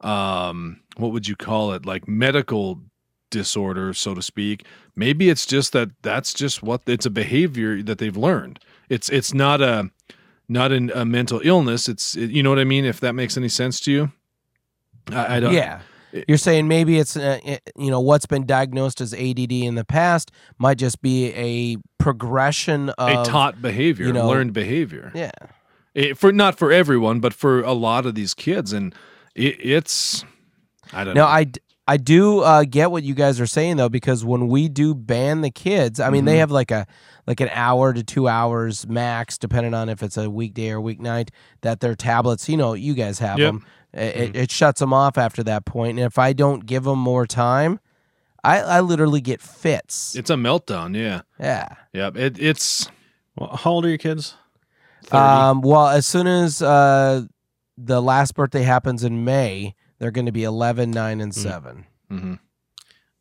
um what would you call it? Like medical disorder, so to speak. Maybe it's just that that's just what it's a behavior that they've learned. It's it's not a not an, a mental illness. It's it, you know what I mean. If that makes any sense to you, I, I don't.
Yeah. You're saying maybe it's uh, i- you know what's been diagnosed as ADD in the past might just be a progression
a
of
taught behavior,
you know-
learned behavior.
yeah.
It- for not for everyone, but for a lot of these kids, and it, it's I don't
No,
know.
I, d- I do uh, get what you guys are saying though, because when we do ban the kids, I mean they have like a like an hour to two hours max, depending on if it's a weekday or weeknight, that their tablets. You know, you guys have
Yep.
them. It, it, it shuts them off after that point, and if I don't give them more time, I I literally get fits.
it's a meltdown. Yeah,
yeah.
yeah. It, it's
Well, how old are your kids?
30.
Um, well, as soon as uh, the last birthday happens in May, they're going to be 11, 9, and 7.
Mhm.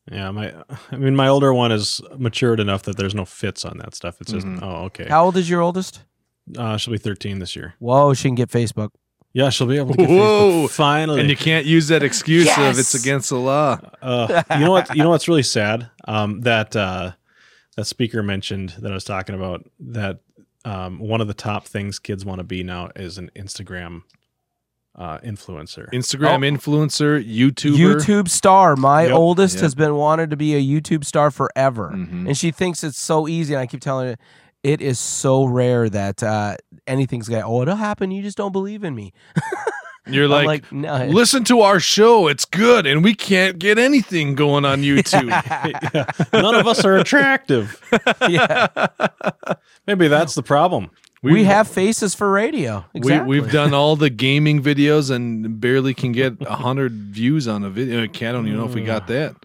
Yeah, my I mean my older one is matured enough that there's no fits on that stuff. It's just
Mhm.
oh okay.
How old is your oldest?
Uh, she'll be 13 this year.
Whoa, she can get Facebook.
Yeah, she'll be able to. Get
Whoa!
Facebook finally,
and you can't use that excuse of it's
Yes!
against the law.
Uh, you know what? You know what's really sad? Um, that uh, that speaker mentioned that I was talking about that um, one of the top things kids want to be now is an Instagram uh, influencer.
Instagram
Oh.
influencer, YouTuber,
YouTube star. My
Yep.
oldest
Yep.
has been wanted to be a YouTube star forever.
Mhm.
And she thinks it's so easy. And I keep telling her, it is so rare that uh, anything's going to, oh, it'll happen. You just don't believe in me.
You're
I'm
like,
like, no.
listen to our show. It's good, and we can't get anything going on YouTube.
Yeah. None of us are attractive.
yeah.
Maybe that's the problem.
we, have faces for radio. Exactly.
We, we've done all the gaming videos and barely can get a hundred views on a video. I don't even know if we got that.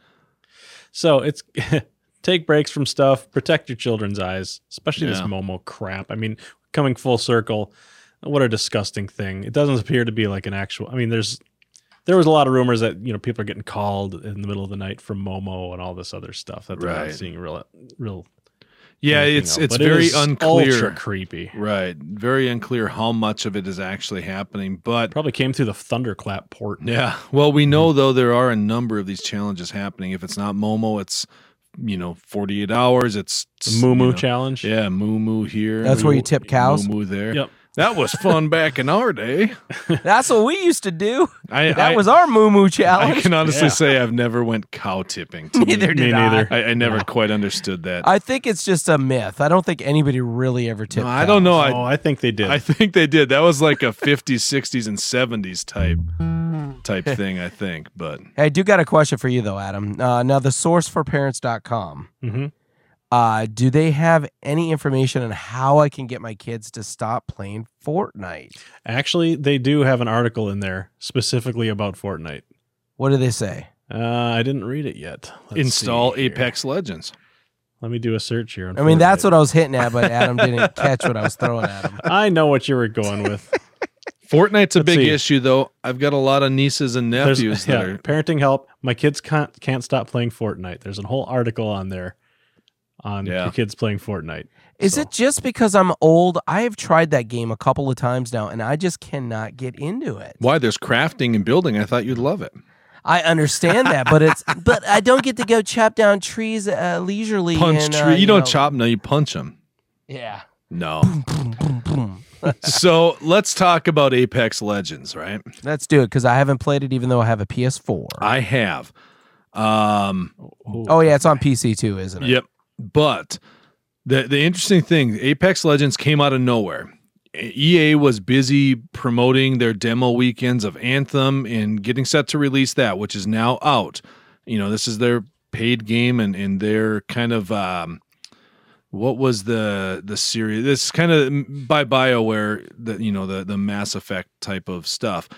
So it's take breaks from stuff, protect your children's eyes, especially this
Yeah.
Momo crap. I mean, coming full circle, what a disgusting thing. It doesn't appear to be like an actual. I mean, there's there was a lot of rumors that you know people are getting called in the middle of the night from Momo and all this other stuff that they're
Right.
not seeing real real.
Yeah,
anything
it's
of.
it's
But it
very
is Ultra
unclear.
creepy.
Right, very unclear how much of it is actually happening, but
Probably came through the thunderclap port.
Yeah. Well, we
Hmm.
know though there are a number of these challenges happening. If it's not Momo, it's you know 48 hours. It's
The Moo Moo
you know,
challenge.
Yeah, Moo Moo here.
That's where you tip cows?
Moo Moo there.
Yep.
That was fun back in our day.
That's what we used to do.
I
That
I,
was our moo moo
I
challenge.
can honestly
Yeah.
say I've never went cow tipping. To me.
Neither did
Me
I.
neither.
I, I never quite understood that.
I think it's just a myth. I don't think anybody really ever tipped.
No, I don't know.
Oh,
I
I, think they did.
I think they did. That was like a 50s, 60s, and 70s type type thing. I think, but
Hey, I do got a question for you though, Adam. Uh, now, the source for parents.com.
Mhm.
Uh, do they have any information on how I can get my kids to stop playing Fortnite?
Actually, they do have an article in there specifically about Fortnite.
What do they say?
Uh, I didn't read it yet. Let's
install
see here.
Apex Legends.
Let me do a search here. on
I mean, that's
Fortnite.
what I was hitting at, but Adam didn't catch what I was throwing at him.
I know what you were going with.
Fortnite's a
Let's
big
see.
issue, though. I've got a lot of nieces and
There's-
nephews that
yeah,
are.
parenting help. My kids can't can't stop playing Fortnite. There's a whole article on there on
Yeah.
your kids playing Fortnite.
Is
So-
it just because I'm old? I have tried that game a couple of times now, and I just cannot get into it.
Why there's crafting and building. I thought you'd love it.
I understand that, but it's but I don't get to go chop down trees uh, leisurely.
Punch
and,
tree.
uh,
you, don't
know-
chop. No, you punch them.
Yeah.
No.
Boom, boom, boom, boom.
so let's talk about Apex Legends, right?
Let's do it because I haven't played it, even though I have a PS4.
I have. Um.
oh yeah, it's on PC too, isn't it?
Yep. But the the interesting thing, Apex Legends came out of nowhere. EA was busy promoting their demo weekends of Anthem and getting set to release that, which is now out. You know, this is their paid game and and their kind of um what was the the series this kind of by bioware the you know the the mass effect type of stuff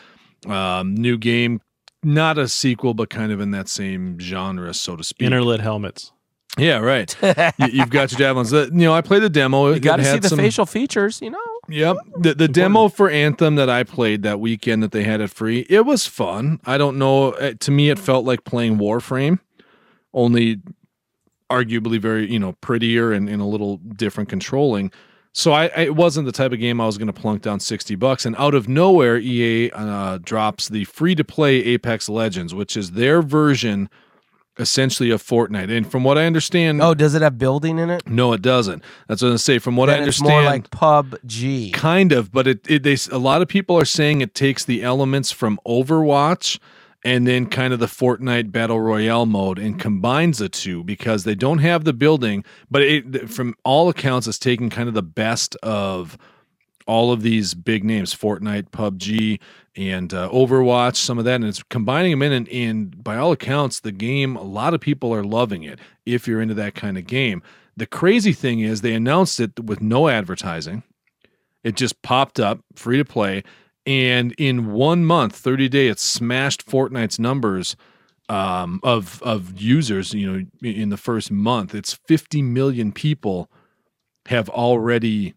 um new game not a sequel but kind of in that same genre so to speak
Interlit helmets.
yeah, right. you, you've got your javelins. The- you know, I played the demo.
You
It
got to see
had
the
some-
facial features, you know.
Yep. The, the demo for Anthem that I played that weekend that they had it free, it was fun. I don't know. uh, To me, it felt like playing Warframe, only arguably very, you know, prettier and, and a little different controlling. So I, I it wasn't the type of game I was going to plunk down 60 bucks. And out of nowhere, EA uh, drops the free to play Apex Legends, which is their version essentially of Fortnite. And from what I understand,
Oh, does it have building in it?
no, it doesn't. That's what I say. From what I
Then it's
understand,
more like PUBG.
kind of, but it, it they s- a lot of people are saying it takes the elements from Overwatch and then kind of the Fortnite battle royale mode and combines the two because they don't have the building, but it from all accounts it's taking kind of the best of all of these big names Fortnite, PUBG, and uh, Overwatch, some of that. And it's combining them in. And, and by all accounts, the game, a lot of people are loving it if you're into that kind of game. The crazy thing is, they announced it with no advertising. It just popped up, free to play. And in one month, 30 day, it smashed Fortnite's numbers um, of of users. You know, in- in the first month, it's 50 million people have already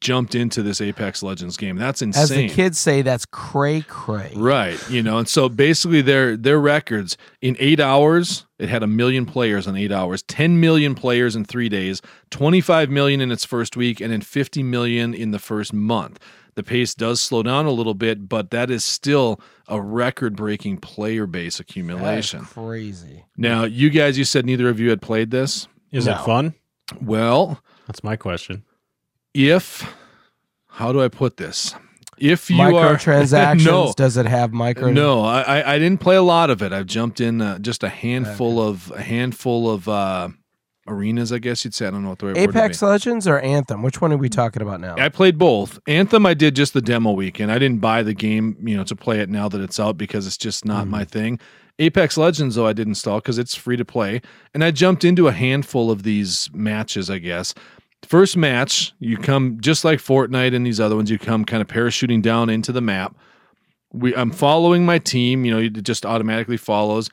jumped into this Apex Legends game. That's insane.
As the kids say, that's cray cray.
Right. You know, and so basically their their records in eight hours, it had a million players in eight hours, 10 million players in three days, 25 million in its first week, and then 50 million in the first month. The pace does slow down a little bit, but that is still a record breaking player base
That's
accumulation.
crazy.
Now, you guys, you said neither of you had played this.
Is
No.
it fun?
Well,
That's my question.
if, how do I put this? If you are.
Microtransactions?
No.
Does it have micro?
No, I, I- I didn't play a lot of it. I've jumped in uh, just a handful of a handful of uh, arenas, I guess you'd say. I don't know what the right word would be.
Apex Legends or Anthem? Which one are we talking about now?
I played both. Anthem, I did just the demo weekend. I didn't buy the game, you know, to play it now that it's out because it's just not my thing. Apex Legends, though, I did install because it's free to play, and I jumped into a handful of these matches. I guess first match, you come just like Fortnite and these other ones. You come kind of parachuting down into the map. We, I'm following my team. You know, it just automatically follows.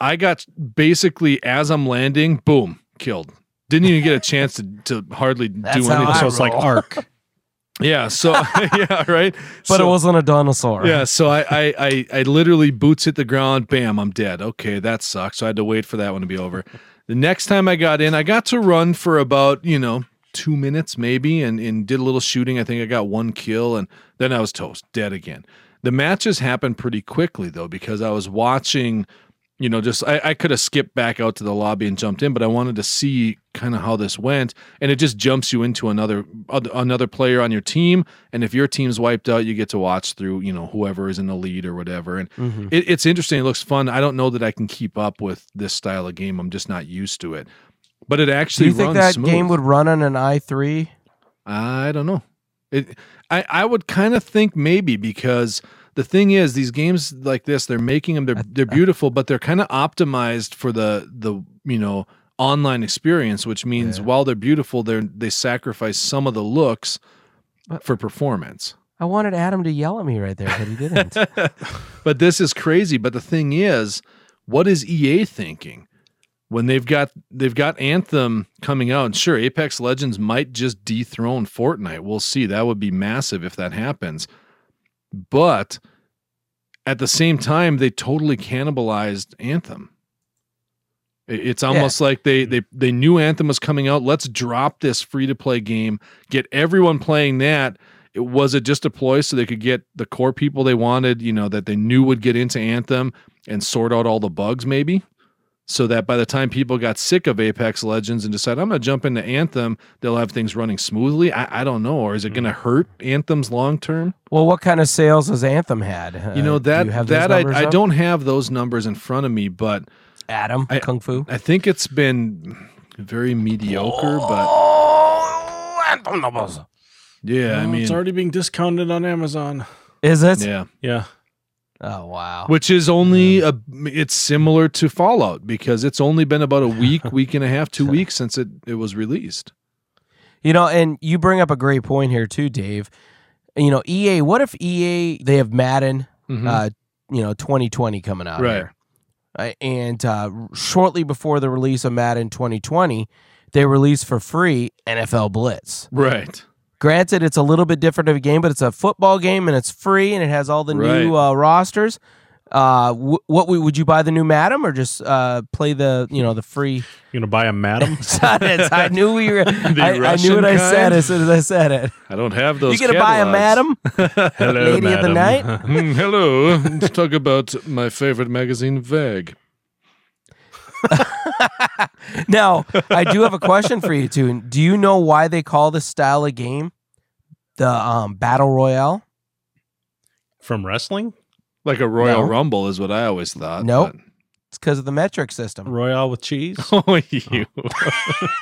I got basically as I'm landing, boom, killed. Didn't even get a chance to to hardly
That's
do
how
anything.
I
so it's like
roll.
Arc.
Yeah. So yeah, right.
But
so,
it wasn't a dinosaur.
yeah. So I, I I I literally boots hit the ground. Bam! I'm dead. Okay, that sucks. So I had to wait for that one to be over. The next time I got in, I got to run for about you know two minutes maybe, and and did a little shooting. I think I got one kill, and then I was toast, dead again. The matches happened pretty quickly though because I was watching. You know, just I, I could have skipped back out to the lobby and jumped in, but I wanted to see kind of how this went, and it just jumps you into another oth- another player on your team, and if your team's wiped out, you get to watch through you know whoever is in the lead or whatever, and
Mhm.
it, it's interesting. It looks fun. I don't know that I can keep up with this style of game. I'm just not used to it, but it
Do
actually
you think
runs
that
smooth.
game would run on an i3?
I don't know. It, I, I would kind of think maybe because the thing is these games like this they're making them they're they're beautiful but they're kind of optimized for the the you know online experience which means
Yeah.
while they're beautiful they are they sacrifice some of the looks
But-
for performance.
I wanted Adam to yell at me right there, but he didn't.
but this is crazy. But the thing is, what is EA thinking when they've got they've got Anthem coming out? And sure, Apex Legends might just dethrone Fortnite. We'll see. That would be massive if that happens. But at the same time, they totally cannibalized Anthem. It- It's almost like they they they knew Anthem was coming out. Let's drop this free to play game, get everyone playing that, it, was it just a ploy so they could get the core people they wanted, you know, that they knew would get into Anthem and sort out all the bugs, maybe? So that by the time people got sick of Apex Legends and decide, I'm going to jump into Anthem, they'll have things running smoothly. I, I don't know. Or is it going to
Mm.
hurt Anthem's long term?
well, what kind of sales has Anthem had? Uh,
you know,
do
that,
you have those
that I,
numbers
I
up?
don't have those numbers in front of me, but
Adam
I-
Kung Fu.
I think it's been very mediocre. But
Oh, Anthem numbers.
yeah, I
Well,
mean,
Oh, it's already being discounted on Amazon.
Is it?
yeah.
Yeah.
Oh wow.
which is only a, it's similar to Fallout because it's only been about a week, week and a half, two weeks since it, it was released.
You know, and you bring up a great point here too, Dave. You know, EA. What if EA they have Madden, uh, you know, 2020 coming out
Mm-hmm. Right.
here, Uh, and uh, shortly before the release of Madden 2020, they released for free NFL Blitz.
right.
Granted, it's a little bit different of a game, but it's a football game and it's free and it has all the new
Right.
uh, rosters. Uh, w- what w- would you buy the new Madden or just uh play the you know the free?
You're going to buy a madam?
Son, it's- I knew we were. I, I knew
Russian
what I said
kind?
as soon as I said it.
I don't have those.
you gonna buy a
catalogs.
madam?
Hello,
Lady of the
madam.
Hmm, hello. Let's talk about my favorite magazine, Vague.
Now, I do have a question for you two. Do you know why they call this style of game the um, battle royale?
From wrestling?
Like a Royal
No.
Rumble is what I always thought.
Nope. It's because of the metric system.
Royale with cheese?
but-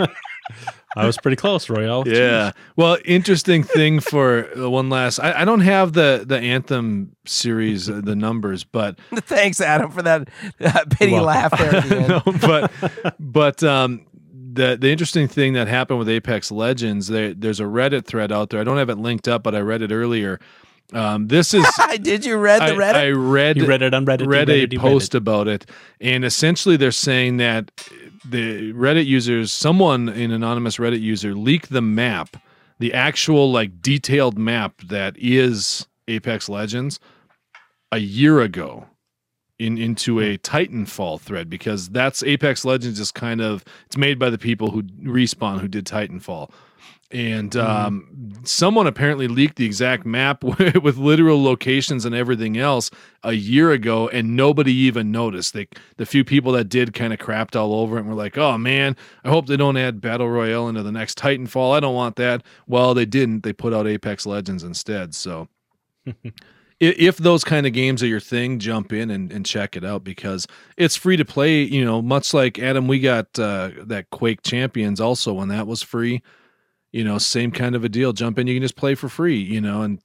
Oh, you.
I was pretty close, Royale. with
Yeah. Well, interesting thing for uh, one last. I, I don't have the the Anthem series, uh, the numbers, but
Thanks, Adam, for that uh, pity
You're
laugh
welcome.
there at the end.
No, but but um, the the interesting thing that happened with Apex Legends, there, there's a Reddit thread out there. I don't have it linked up, but I read it earlier. Um, this is
Did you read
I,
the Reddit?
I read
cheese. You read it on Reddit. you
read
it,
a
you read
post
it.
about it, and essentially they're saying that the Reddit users, someone an anonymous Reddit user, leaked the map, the actual like detailed map that is Apex Legends, a year ago. In, into
Hmm.
a Titanfall thread because that's Apex Legends is kind of it's made by the people who respawn who did Titanfall, and
Hmm.
um, someone apparently leaked the exact map with literal locations and everything else a year ago and nobody even noticed. They, the few people that did kind of crapped all over it and were like, oh man, I hope they don't add Battle Royale into the next Titanfall. I don't want that. Well, they didn't. They put out Apex Legends instead. So i- if those kind of games are your thing, jump in and, and check it out because it's free to play. You know, much like Adam, we got uh, that Quake Champions also when that was free. You know, same kind of a deal. Jump in, you can just play for free, you know, and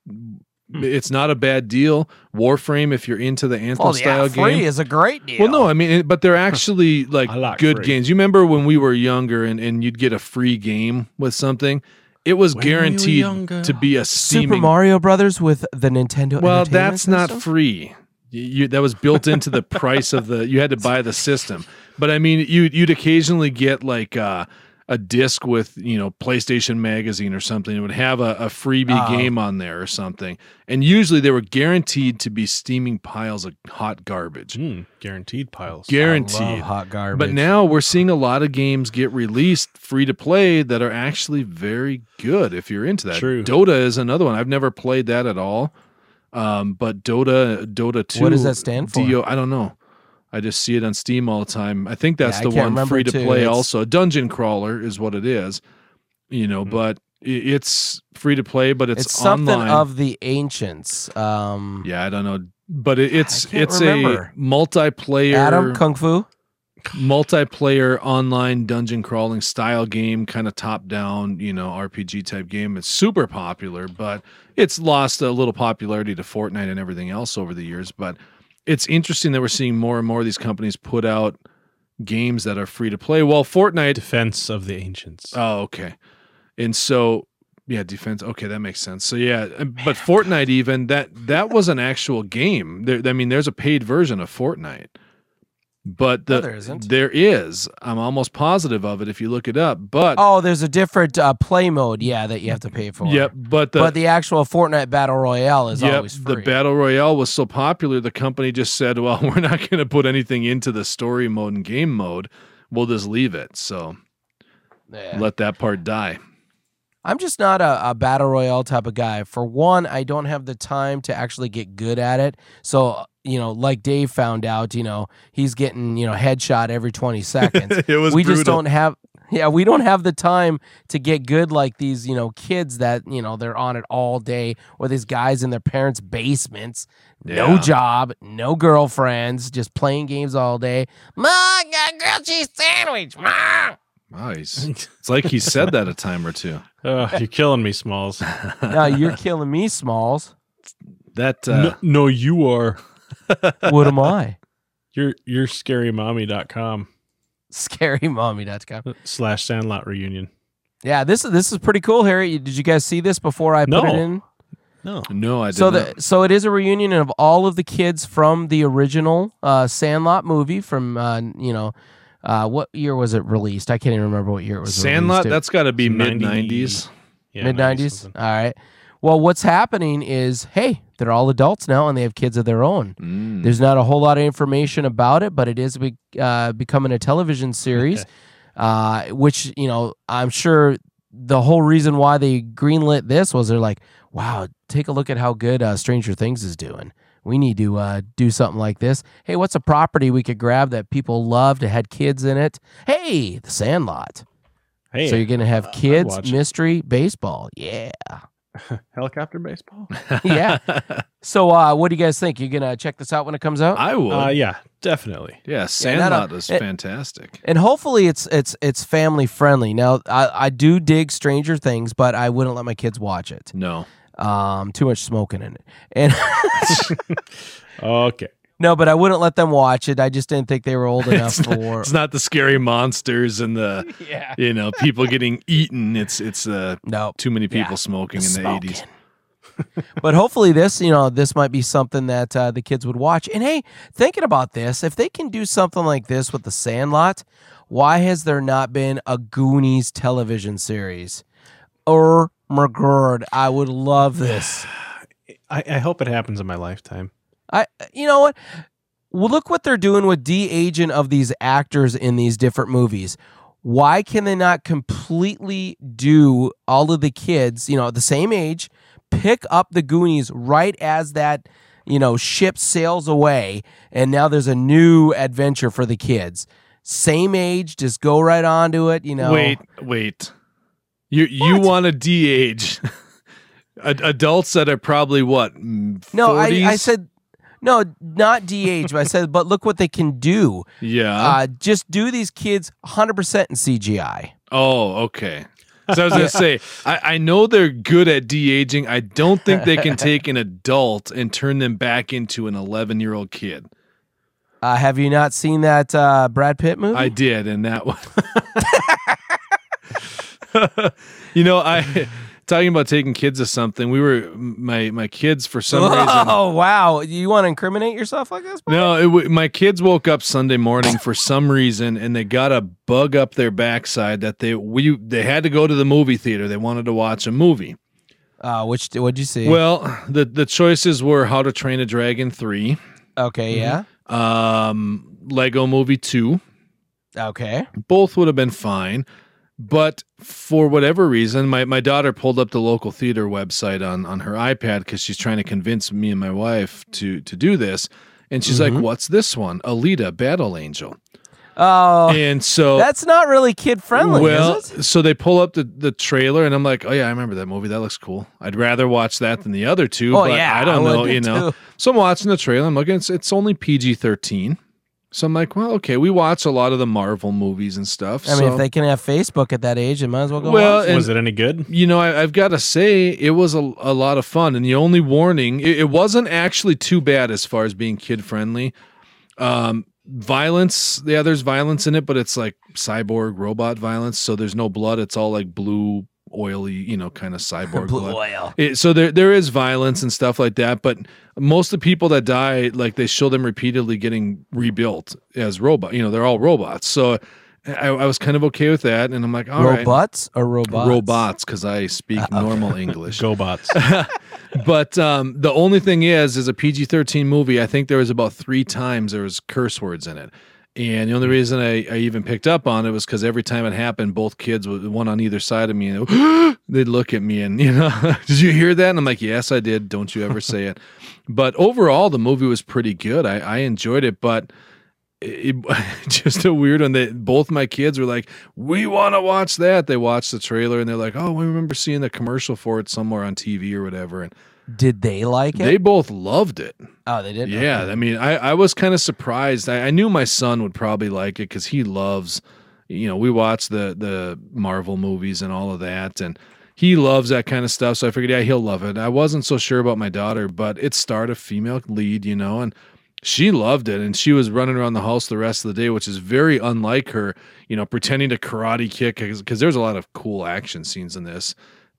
Hmm.
it's not a bad deal. Warframe, if you're into the Anthem
oh, yeah,
style
free
game.
is a great deal.
Well, no, I mean, it- but they're actually like,
I like
good
free.
games. You remember when we were younger and, and you'd get a free game with something? It was
When we were
guaranteed
younger.
to be a
Super
steaming.
Mario Brothers with the Nintendo.
well,
Entertainment
that's
System?
not free. You, you- that was built into the price of the. You had to buy the system, but I mean, you you'd occasionally get like. Uh, a disc with you know PlayStation Magazine or something. It would have a, a freebie
Oh.
game on there or something. And usually they were guaranteed to be steaming piles of hot garbage,
Mm, guaranteed piles.
I love
guaranteed.
hot garbage.
But now we're seeing a lot of games get released free to play that are actually very good if you're into that.
True.
Dota is another one. I've never played that at all. Um, but Dota Dota 2
What does that stand for?
DO, I don't know. I just see it on Steam all the time. I think that's
Yeah, I
the
can't
one
remember
free to
too.
play
It's-
also. A dungeon crawler is what it is. You know, but i- it's free to play, but it's,
Hmm. it's, something
online.
of the ancients. Um,
yeah, I don't know. But it, it's
can't
it's
remember.
a multiplayer
Adam Kung Fu.
multiplayer online dungeon crawling style game, kind of top down, you know, RPG type game. It's super popular, but it's lost a little popularity to Fortnite and everything else over the years. But it's interesting that we're seeing more and more of these companies put out games that are free to play. Well, Fortnite.
Defense of the ancients.
Oh, okay. And so. Yeah, defense. Okay, that makes sense. So yeah, and- but Fortnite even that that was an actual game. There, I mean, there's a paid version of Fortnite, but the
No, Oh, there isn't.
there is. I'm almost positive of it if you look it up. But
Oh, there's a different uh, play mode. Yeah, that you have to pay for.
yep, but the,
but the actual Fortnite battle royale is
yep,
always
the
free.
battle royale was so popular, the company just said, "Well, we're not going to put anything into the story mode and game mode. We'll just leave it." So
Yeah.
let that part die.
I'm just not a, a battle royale type of guy. For one, I don't have the time to actually get good at it. So, you know, like Dave found out, you know, he's getting, you know, headshot every 20 seconds.
it was
we just don't have yeah we don't have the time to get good like these you know kids that you know they're on it all day or these guys in their parents basements no
Yeah.
job no girlfriends just playing games all day ma I got a grilled cheese sandwich ma
Nice. It's like he said that a time or two.
Ugh, you're killing me, Smalls.
now you're killing me smalls
That uh,
no, no, you are.
what am i
You're you're scarymommy.com
scarymommy.com
slash sandlot reunion.
yeah this is this is pretty cool harry You- did you guys see this before i put
No.
it in
No.
no, I did
so
not.
the so it is a reunion of all of the kids from the original uh, Sandlot movie from uh, you know uh, what year was it released? I can't even remember what year it was.
Sandlot.
released. It-
That's got to be
It's
mid
90
nineties.
Yeah,
mid
90s
nineties.
something.
All right. Well, what's happening is hey, they're all adults now and they have kids of their own.
Mm.
Mm-hmm. There's not a whole lot of information about it, but it is be- uh, becoming a television series, uh, which you know I'm sure the whole reason why they greenlit this was they're like, wow, take a look at how good uh, Stranger Things is doing. We need to uh, do something like this. Hey, what's a property we could grab that people loved that had kids in it? Hey, The Sandlot.
Hey,
so you're gonna have
I'd watch
kids,
it.
mystery, baseball. Yeah,
helicopter baseball.
yeah. so uh, what do you guys think? You gonna check this out when it comes out?
I would.
Uh, yeah, definitely.
yeah,
no, no,
Sandlot is
it-
fantastic.
And hopefully it's it's it's family friendly. Now I, I do dig Stranger Things, but I wouldn't let my kids watch it.
No,
Um, too much smoking in it. And
Okay.
no, but I wouldn't let them watch it. I just didn't think they were old enough
It's not-
for.
it's not the scary monsters and the
yeah.
you know people getting eaten it's it's uh
No.
too many people
Yeah.
smoking in the 80s
but hopefully this, you know, this might be something that uh, the kids would watch. And hey, thinking about this, if they can do something like this with the Sandlot, why has there not been a Goonies television series? Or McGurd, I would love this.
I, I hope it happens in my lifetime.
I you know what? Well, look what they're doing with de-aging of these actors in these different movies. Why can they not completely do all of the kids, you know, the same age, pick up the Goonies right as that, you know, ship sails away and now there's a new adventure for the kids. Same age, just go right onto it, you know.
wait wait you you
What?
want to de-age Ad- adults that are probably what mm,
No, I,
40s?
I said no, not de-age, but I said but look what they can do.
yeah
Uh, just do these kids 100% in CGI.
oh okay so i was gonna say I, I know they're good at de-aging i don't think they can take an adult and turn them back into an 11 year old kid
Uh, have you not seen that uh, Brad Pitt movie?
I did, and that one. you know, I talking about taking kids to something. We were my my kids for some reason.
Oh wow! You want to incriminate yourself like this?
No, it w- my kids woke up Sunday morning for some reason, and they got a bug up their backside that they we they had to go to the movie theater. They wanted to watch a movie.
Uh, which what'd you see?
Well, the the choices were How to Train a Dragon three,
okay,
mm-hmm.
yeah.
um, Lego Movie two.
Okay.
Both would have been fine, but for whatever reason, my my daughter pulled up the local theater website on on her iPad because she's trying to convince me and my wife to to do this. And she's
Mhm.
like, "What's this one? Alita: Battle Angel."
Oh,
and so
that's not really kid friendly,
well,
is it?
so they pull up the, the trailer, and I'm like, oh yeah, I remember that movie. That looks cool. I'd rather watch that than the other two.
Oh
but
yeah,
I don't
would
know, you know.
too.
So I'm watching the trailer. I'm looking. It's it's only PG-13. So I'm like, well, okay, we watch a lot of the Marvel movies and stuff.
I mean,
so-
if they can have Facebook at that age, it might as well go.
Well,
watch
and-
was it any good?
you know, I, I've got to say it was a, a lot of fun. And the only warning, it, it wasn't actually too bad as far as being kid friendly. Um, violence, yeah, there's violence in it, but it's like cyborg robot violence. So there's no blood. It's all like blue, oily, you know, kind of cyborg
Blue
blood.
oil.
It, so there there is violence and stuff like that, but most of the people that die, like they show them repeatedly getting rebuilt as robot. You know, they're all robots. So I, I was kind of okay with that, and I'm like, all right
Robots or robots?
robots because I speak normal English.
GoBots.
but um, the only thing is, is a PG thirteen movie. I think there was about three times there was curse words in it, and the only reason I, I even picked up on it was because every time it happened, both kids, would- one on either side of me, and they- they'd look at me and you know, did you hear that? And I'm like, yes, I did. Don't you ever say it. But overall, the movie was pretty good. I, I enjoyed it, but. It, just a weird one that both my kids were like, "We want to watch that." They watched the trailer and they're like, "Oh, we remember seeing the commercial for it somewhere on TV or whatever." And
Did they like it?
they both loved it.
oh, they did.
Yeah. I mean, I, I was kind of surprised. I, I knew my son would probably like it because he loves, you know, we watch the the Marvel movies and all of that, and he loves that kind of stuff. So I figured, yeah, he'll love it. I wasn't so sure about my daughter, but it starred a female lead, you know, and she loved it, and she was running around the house the rest of the day, which is very unlike her, you know, pretending to karate kick because there's a lot of cool action scenes in this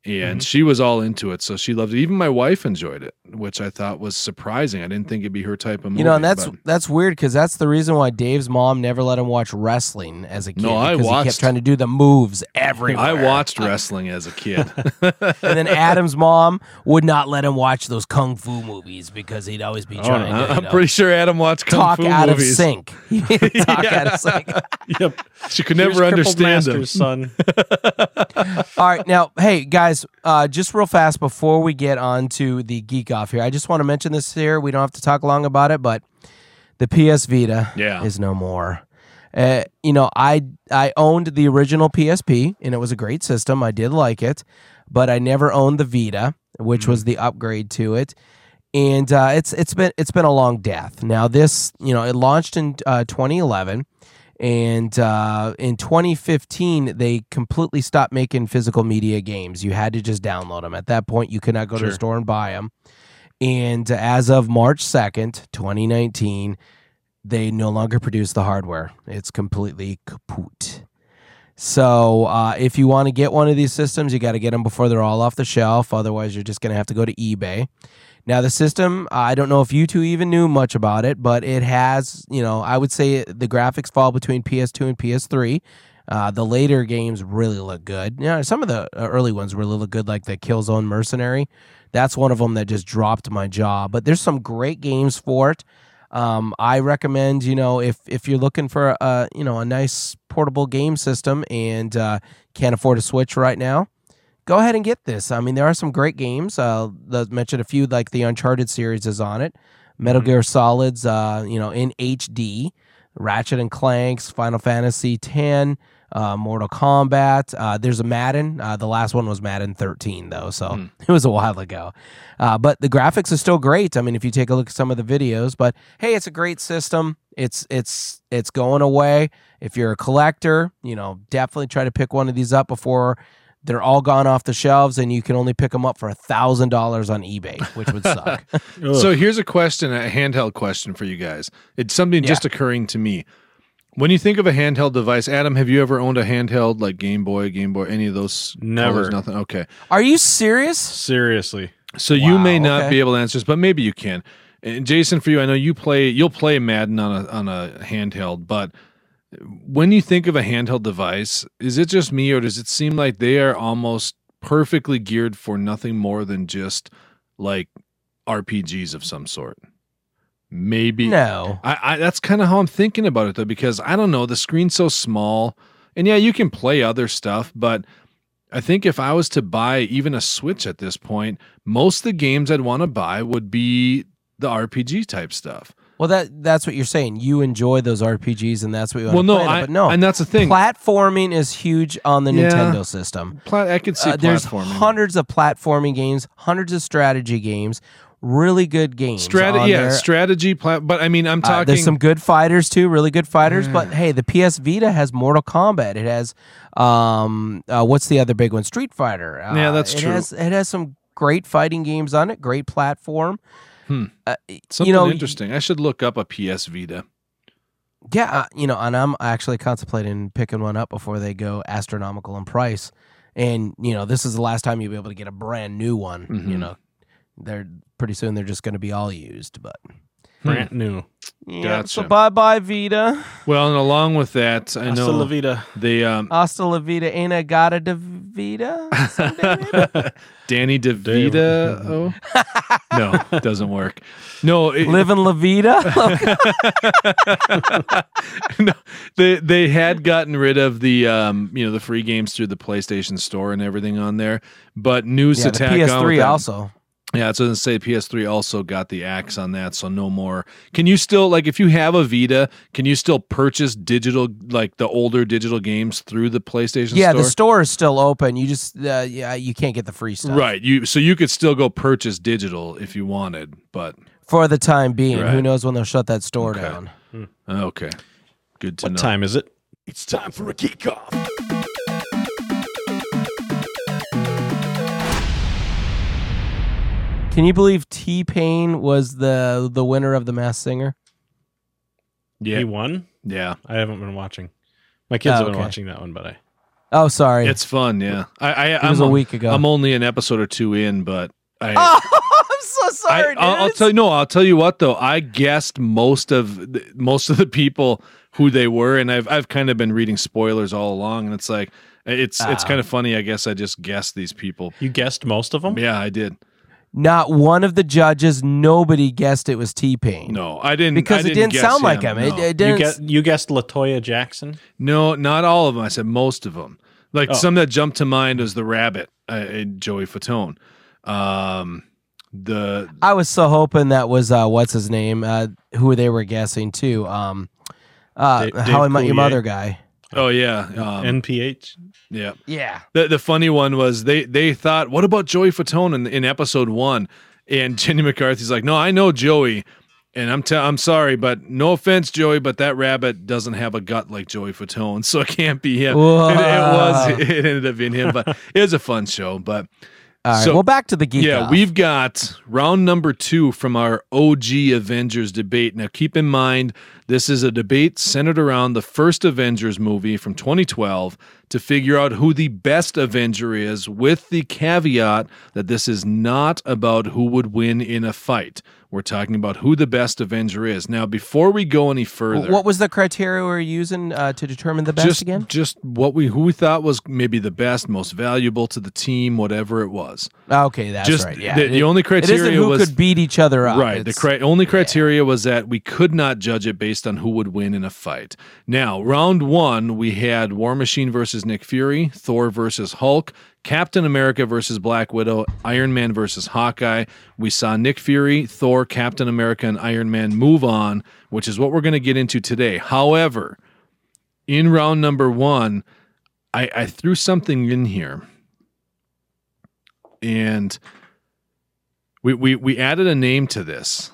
Mm-hmm.
and she was all into it so she loved it even my wife enjoyed it which i thought was surprising i didn't think it'd be her type of movie
You know, and that's
but-
that's weird because that's the reason why Dave's mom never let him watch wrestling as a kid.
No, I
because He kept
watched-
trying to do the moves everywhere.
i watched wrestling as a kid Oh,
and then Adam's mom would not let him watch those kung fu movies because he'd always be trying to you
Oh, i'm
know,
pretty sure adam watched kung
talk
fu
out of
movies
sync. He'd talk out of sync.
yep.
she could
Here's
never
crippled
understand them
master's son.
All right, now, hey guys, uh, just real fast before we get on to the geek off here, I just want to mention this here. We don't have to talk long about it, but the PS Vita
Yeah.
is no more. Uh, you know, I I owned the original PSP, and it was a great system. I did like it, but I never owned the Vita, which was the upgrade to it. And uh, it's it's been it's been a long death. Now this, you know, it launched in uh, 2011 and uh, in 2015 they completely stopped making physical media games you had to just download them at that point you could not go to
Sure.
the store and buy them and uh, as of march 2nd 2019 they no longer produce the hardware it's completely kaput so uh, if you want to get one of these systems you got to get them before they're all off the shelf otherwise you're just going to have to go to ebay now the system, I don't know if you two even knew much about it, but it has, you know, I would say the graphics fall between PS2 and PS3. Uh, the later games really look good. You know, some of the uh, early ones really look good, like the Killzone Mercenary. That's one of them that just dropped my jaw. But there's some great games for it. Um, I recommend, you know, if if you're looking for a you know a nice portable game system and uh, can't afford a Switch right now, go ahead and get this. I mean, there are some great games. Uh, let's mention a few, like the Uncharted series is on it. Metal Gear Solid's, uh, you know, in HD. Ratchet and Clank's, Final Fantasy X, uh, Mortal Kombat. Uh, there's a Madden. Uh, the last one was Madden 13, though, so
Hmm.
it was a while ago. Uh, but the graphics are still great. I mean, if you take a look at some of the videos, but hey, it's a great system. It's it's it's going away. If you're a collector, you know, definitely try to pick one of these up before they're all gone off the shelves and you can only pick them up for a thousand dollars on ebay which would suck
Ugh.
so here's a question a handheld question for you guys it's something
Yeah.
just occurring to me When you think of a handheld device, Adam, have you ever owned a handheld like Game Boy, Game Boy, any of those?
Never.
colors? nothing. Okay.
Are you serious?
Seriously.
So you may
Wow,
not
okay.
be able to answer this, but maybe you can. And Jason, for you, I know you play you'll play Madden on a on a handheld, but when you think of a handheld device, is it just me or does it seem like they are almost perfectly geared for nothing more than just like RPGs of some sort? Maybe
No.
I, I that's kind of how I'm thinking about it though, because I don't know, the screen's so small, and yeah, you can play other stuff, but I think if I was to buy even a Switch at this point, most of the games I'd want to buy would be the RPG type stuff.
Well, that that's what you're saying. You enjoy those RPGs, and that's what you want
well,
to
no,
play. them,
I,
but no,
and that's the thing.
platforming is huge on the
Yeah.
Nintendo system.
Plat- I could see
Uh, there's
platforming.
hundreds of platforming games, hundreds of strategy games, really good games.
Strate-
on
yeah,
there.
strategy. Plat- but I mean, I'm
Uh,
talking.
there's some good fighters too, really good fighters. But hey, the PS Vita has Mortal Kombat. It has, um, uh, what's the other big one? Street Fighter. Uh,
Yeah, that's
it
true.
Has, it has some great fighting games on it. Great platform.
Hmm.
Uh,
something
you know,
interesting. I should look up a PS Vita.
yeah, uh, you know, and I'm actually contemplating picking one up before they go astronomical in price. And you know, this is the last time you'll be able to get a brand new one. You
Mhm.
know, they're pretty soon they're just going to be all used. But
Hmm.
Brand new.
yeah, so
Gotcha.
bye bye Vita,
Well, and along with that, I
Hasta la
know
vida.
they um,
hasta la Vita, ain't I got a da Vita?
Danny DeVita. Oh no, doesn't work. No, it,
Live in La Vida.
no, they they had gotten rid of the um you know the free games through the PlayStation Store and everything on there, but news
yeah, the
attack on with
PS3
that-
also.
Yeah, that's what I was gonna say. PS3 also got the axe on that, so no more. Can you still like if you have a Vita, can you still purchase digital like the older digital games through the PlayStation
Yeah,
Store?
the store is still open. You just uh, yeah, you can't get the free stuff
Right, you so you could still go purchase digital if you wanted, but
for the time being. Who
Right.
knows when they'll shut that store
Okay.
down?
okay, good to
What
know.
time is it? It's time for a kickoff.
Can you believe T Pain was the the winner of the Mass Singer?
He
Yeah,
won?
yeah.
I haven't been watching. My kids
Oh,
have been
okay.
watching that one, but I
Oh, sorry,
It's fun, yeah. I,
it
I
was
I'm,
a week uh, ago.
I'm only an episode or two in, but I,
oh, I'm so
I
sorry.
I'll, I'll
dudes.
tell you no, I'll tell you what though. I guessed most of the, most of the people who they were, and I've I've kind of been reading spoilers all along, and it's like it's it's
Ah.
kind of funny. I guess I just guessed these people.
you guessed most of them.
Yeah, I did.
Not one of the judges, nobody guessed it was T Pain.
No, I didn't
Because
I
it didn't
guess
sound like him.
him.
It,
no.
it
You
didn't.
guess you guessed Latoya Jackson.
No, not all of them. I said most of them. Like
Oh.
some that jumped to mind was the rabbit, uh, uh, Joey Fatone. Um, the
I was so hoping that was uh, what's his name, uh, who they were guessing too. Um, uh,
Dave-
How I
Dave
Met Your
Coulier.
Mother guy.
oh yeah, um,
NPH.
yeah.
Yeah.
The the funny one was they they thought, what about Joey Fatone in, in episode one? And Jenny McCarthy's like, no, I know Joey, and I'm i I'm sorry, but no offense, Joey, but that rabbit doesn't have a gut like Joey Fatone, so it can't be him. And it was
Whoa.
it ended up being him, but it was a fun show. But
All right.
So-
well, back to the geek.
yeah,
Off.
we've got round number two from our OG Avengers debate. Now, keep in mind, this is a debate centered around the first Avengers movie from 2012 to figure out who the best Avenger is, with the caveat that this is not about who would win in a fight. We're talking about who the best Avenger is. Now, before we go any further,
W- What was the criteria we were using uh, to determine the best
just
again?
just what we who we thought was maybe the best, most valuable to the team, whatever it was.
Okay, that's
just
right. Yeah.
the, the
It-
only
it isn't
criteria
who
was
could beat each other up.
Right. The
It's-
cri- only criteria was that we could not judge it based on who would win in a fight. Now, round one, we had War Machine versus Nick Fury, Thor versus Hulk, Captain America versus Black Widow, Iron Man versus Hawkeye. We saw Nick Fury, Thor, Captain America, and Iron Man move on, which is what we're going to get into today. However, in round number one, I, I threw something in here. And we, we we added a name to this.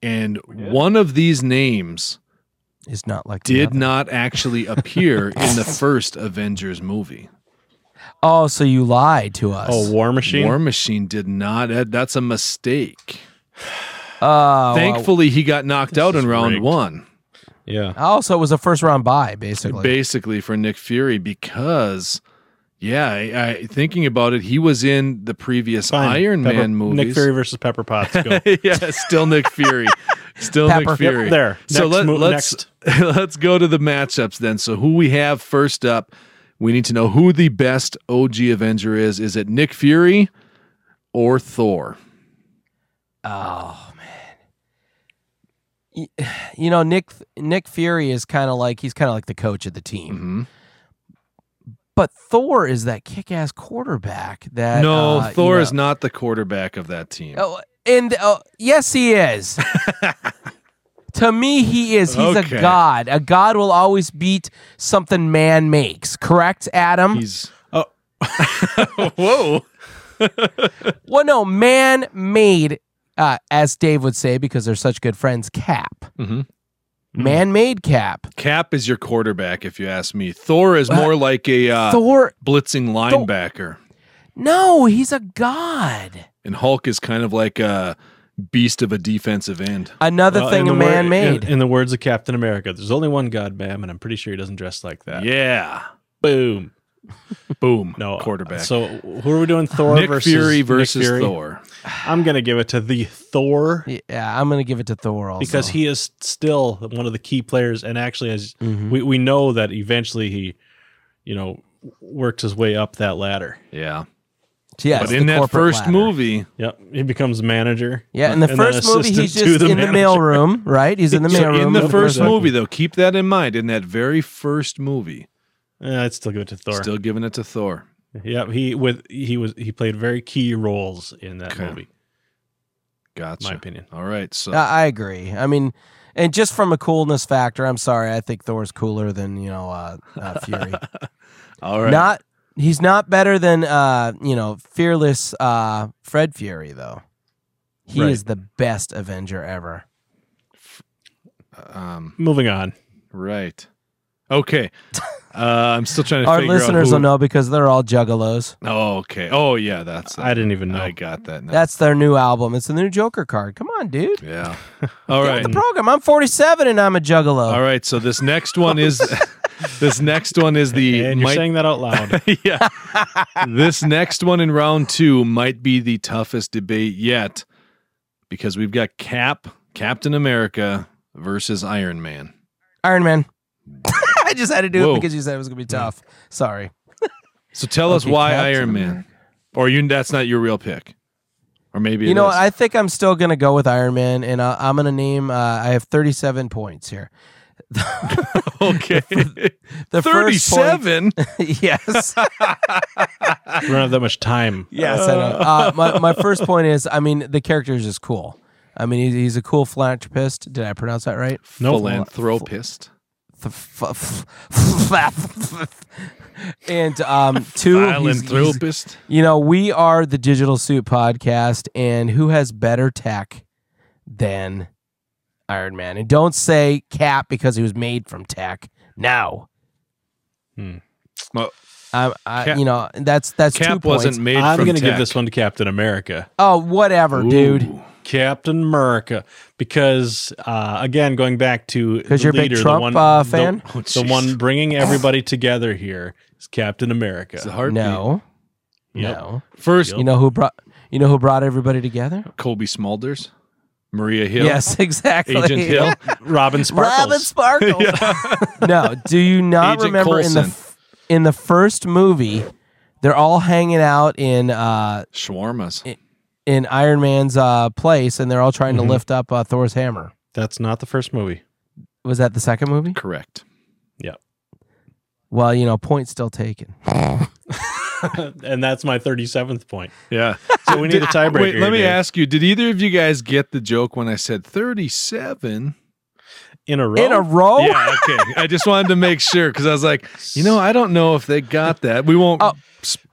And one of these names
it's not like the
did
other.
not actually appear in the first Avengers movie.
Oh, so you lied to us.
Oh, War Machine.
War Machine did not. that- That's a mistake.
Oh, well,
Thankfully, he got knocked
Oh, This
out
is
in round
rigged.
one.
Yeah.
Also, it was a first round buy, basically.
basically for Nick Fury because, yeah, I, I thinking about it, he was in the previous
Fine.
Iron
Pepper-
Man movies.
Nick Fury versus Pepper Potts. Go.
yeah, still Nick Fury, still
Pepper.
Nick Fury.
there.
So
Next
let,
mo-
let's
next.
let's go to the matchups then. So who we have first up? We need to know who the best OG Avenger is. Is it Nick Fury or Thor?
Oh man. Y- You know, Nick Nick Fury is kind of like he's kind of like the coach of the team.
Mhm.
But Thor is that kick-ass quarterback that
No,
uh,
Thor
you
is
know-
not the quarterback of that team.
Oh, and oh, yes he is. to me he is. He's
Okay.
a god. A god will always beat something man makes. Correct, Adam?
He's
Oh.
whoa.
well, no, man made uh, as Dave would say because they're such good friends, cap.
Mhm.
Man-made cap.
Cap is your quarterback, if you ask me. Thor is more like a uh,
Thor
blitzing linebacker,
No, he's a god.
and Hulk is kind of like a beast of a defensive end.
Another
Well, in
thing
the
a
wor-
man made.
In, in the words of Captain America, there's only one God, ma'am, and I'm pretty sure he doesn't dress like that.
Yeah,
Boom.
boom.
No
quarterback.
So who are we doing? Thor
Nick
versus
Fury
Nick
uh, versus
Fury?
Thor.
I'm gonna give it to the Thor
yeah, I'm gonna give it to Thor
Oh,
also
because he is still one of the key players, and actually, as
Mhm.
we, we know that eventually he, you know, worked his way up that ladder.
Yeah,
yes,
but
the
in that
corporate
first
ladder.
movie,
Yep, he becomes manager.
Yeah, in the
and then
first movie, he's
assistant
just
to
in the
manager.
mailroom, right? He's in the
so
mailroom.
in the first
Exactly.
movie, though, keep that in mind. In that very first movie,
Eh, I'd still give it to Thor.
still giving it to Thor.
Yep, he with he was he played very key roles in that
Okay.
movie. in
Gotcha.
My opinion.
All right, so
Uh, I agree. I mean, and just from a coolness factor, I'm sorry, I think Thor's cooler than you know uh, uh, Fury.
all right,
Not he's not better than uh, you know fearless uh, Fred Fury though. He
Right.
is the best Avenger ever.
um,
Moving on.
right, okay. Uh, I'm still trying to
Our
figure
listeners
out
will
who-
know because they're all juggalos.
Oh, okay. Oh, yeah. That's.
I didn't even know.
I got that now.
That's their new album. It's the new Joker card. Come on, dude.
yeah. All
Get
right.
with the program. I'm 47 and I'm a juggalo.
All right. So this next one is. this next one is the.
and you're
might-
saying that out loud.
yeah. this next one in round two might be the toughest debate yet, because we've got Cap, Captain America versus Iron Man.
Iron Man. I just had to do
Whoa.
it because you said it was gonna be tough. Sorry.
So tell us
Okay,
why
Captain
Iron Man, or you. That's not your real pick, or maybe
You
it
know what?
is.
I think I'm still gonna go with Iron Man, and I, I'm gonna name. Uh, I have 37 points here.
okay.
The first point-
Thirty-seven.
yes.
we don't have that much time.
Yes, I know. Uh, my, my first point is, I mean, the character is just cool. I mean, he's, he's a cool philanthropist. Did I pronounce that right?
No.
Philanthropist.
F- f- f- f- f- and um, two, he's- he's-
Philanthropist.
you know, we are the Digital Suit Podcast, and who has better tech than Iron Man? And don't say Cap because he was made from tech. No,
Well,
I, I,
Cap-
you know that's that's two
Cap
points.
wasn't made.
I'm
from
gonna give
tech.
this one to Captain America.
oh, whatever, dude.
Ooh.
Captain America, because uh, again, going back to the
Because you're a big
leader, the
Trump
one-
uh,
the-
fan.
Oh,
the
jeez.
one bringing everybody together here is Captain
It's a
America.
heartbeat.
No,
Yep.
no.
First,
You know who brought you know who brought everybody together?
Colby Smulders, Maria Hill,
Yes, exactly.
Agent Hill.
Robin Sparkles.
Robin Sparkles. no, do you not
Agent
remember in the
Coulson.
f- in the first movie they're all hanging out in uh
Shawarmas.
in Iron Man's uh place and they're all trying
Mm-hmm.
Mhm.
to lift up uh, Thor's hammer.
That's not the first movie.
Was that the second movie?
Correct.
Well, you know, point still taken.
and that's my 37th point.
Yeah.
So we need a tiebreaker.
Wait, let me
here, Dave.
ask you: Did either of you guys get the joke when I said thirty-seven?
In a row?
In a row?
Yeah. Okay. I just wanted to make sure because I was like, you know, I don't know if they got that. We won't.
Oh.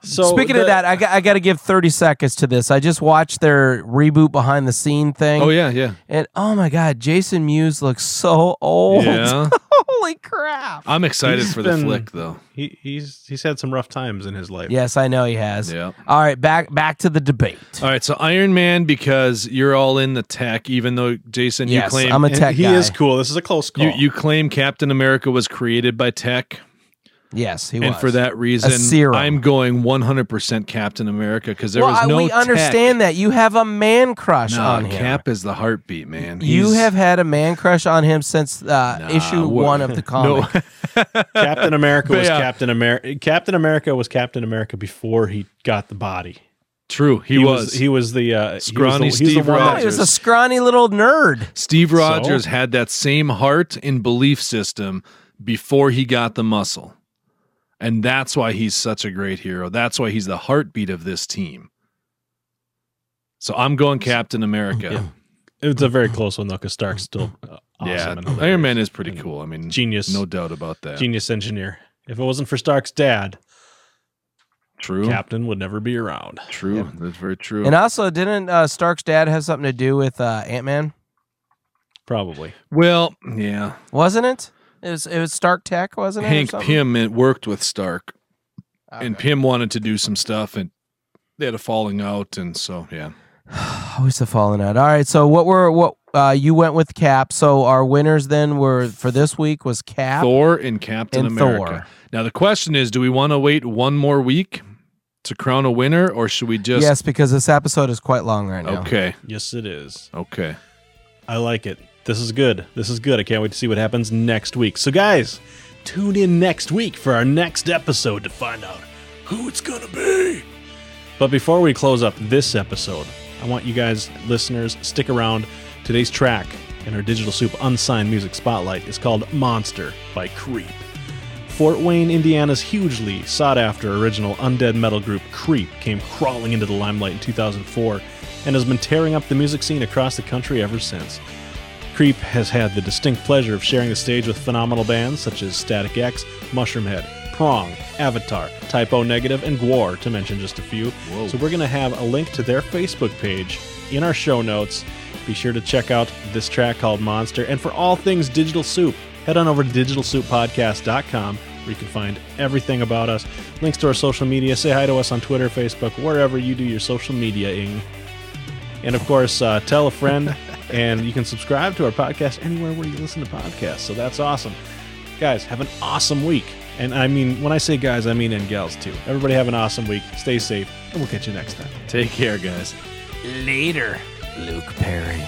So
Speaking
the-
of that, I got, I got to give 30 seconds to this. I just watched their reboot behind the scene thing.
Oh yeah, yeah,
And oh my God, Jason Mewes looks so old.
yeah.
Holy crap. laugh.
I'm excited
He's
for the
been-
flick though.
He he's he's had some rough times in his life.
Yes, I know he has.
Yeah.
All right, back back to the debate.
All right, so Iron Man because you're all in the tech, even though Jason, you
yes,
claim
I'm a
And
tech
he
guy.
is cool. This is a close call.
you, you claim Captain America was created by tech,
yes, he
and
was.
for that reason,
serum.
I'm going 100 percent Captain America because there
well,
was
I-
no.
we
tech.
understand that you have a man crush
No,
on him.
Cap is the heartbeat, man.
you
He's-
have had a man crush on him since uh,
Nah,
issue
we're-
one of the comic.
no.
Captain America
But
was
yeah.
Captain America. Captain America was Captain America before he got the body.
True, he, was.
He was the uh, he was the-
Scrawny
he's
Steve
the one that-
he was a
Rogers.
scrawny little nerd.
Steve Rogers
So?
had that same heart and belief system before he got the muscle. And that's why he's such a great hero. That's why he's the heartbeat of this team. So I'm going Captain
Oh,
America.
It's a very close one though, because Stark's still uh, awesome.
yeah.
and
Iron
hilarious.
Man is pretty cool. I mean,
genius,
no doubt about that.
genius engineer. If it wasn't for Stark's dad,
True.
Captain would never be around.
True.
Yeah.
That's very true.
And also, didn't uh, Stark's dad have something to do with uh, Ant Man?
Probably.
well, yeah.
Wasn't it? It was, it was Stark Tech, wasn't it? or
Hank
something?
Pym it worked with Stark, and
Okay.
Pym wanted to do some stuff, and they had a falling out. And so, yeah.
Always the falling out. All right. So what were what uh, you went with Cap? So our winners then were for this week was Cap
Thor and Captain
and
America.
Thor.
Now the question is, do we want to wait one more week to crown a winner, or should we just?
yes, because this episode is quite long right now.
Okay.
Yes, it is.
Okay.
I like it. This is good. This is good. I can't wait to see what happens next week. So, guys, tune in next week for our next episode to find out who it's going to be. But before we close up this episode, I want you guys, listeners, stick around. Today's track in our Digital Soup unsigned music spotlight is called Monster by Creep. Fort Wayne, Indiana's hugely sought after original undead metal group Creep came crawling into the limelight in 2004 and has been tearing up the music scene across the country ever since. Creep has had the distinct pleasure of sharing the stage with phenomenal bands such as Static X, Mushroomhead, Prong, Avatar, Typo Negative, and Gwar, to mention just a few. So we're going to have a link to their Facebook page in our show notes. Be sure to check out this track called Monster. And for all things Digital Soup, head on over to digitalsouppodcast.com where you can find everything about us, links to our social media. Say hi to us on Twitter, Facebook, wherever you do your social mediaing. And of course, uh, tell a friend, and you can subscribe to our podcast anywhere where you listen to podcasts. So that's awesome. Guys, have an awesome week. And I mean, when I say guys, I mean and gals too. Everybody have an awesome week. Stay safe, and we'll catch you next time.
Take care, guys.
Later, Luke Perry.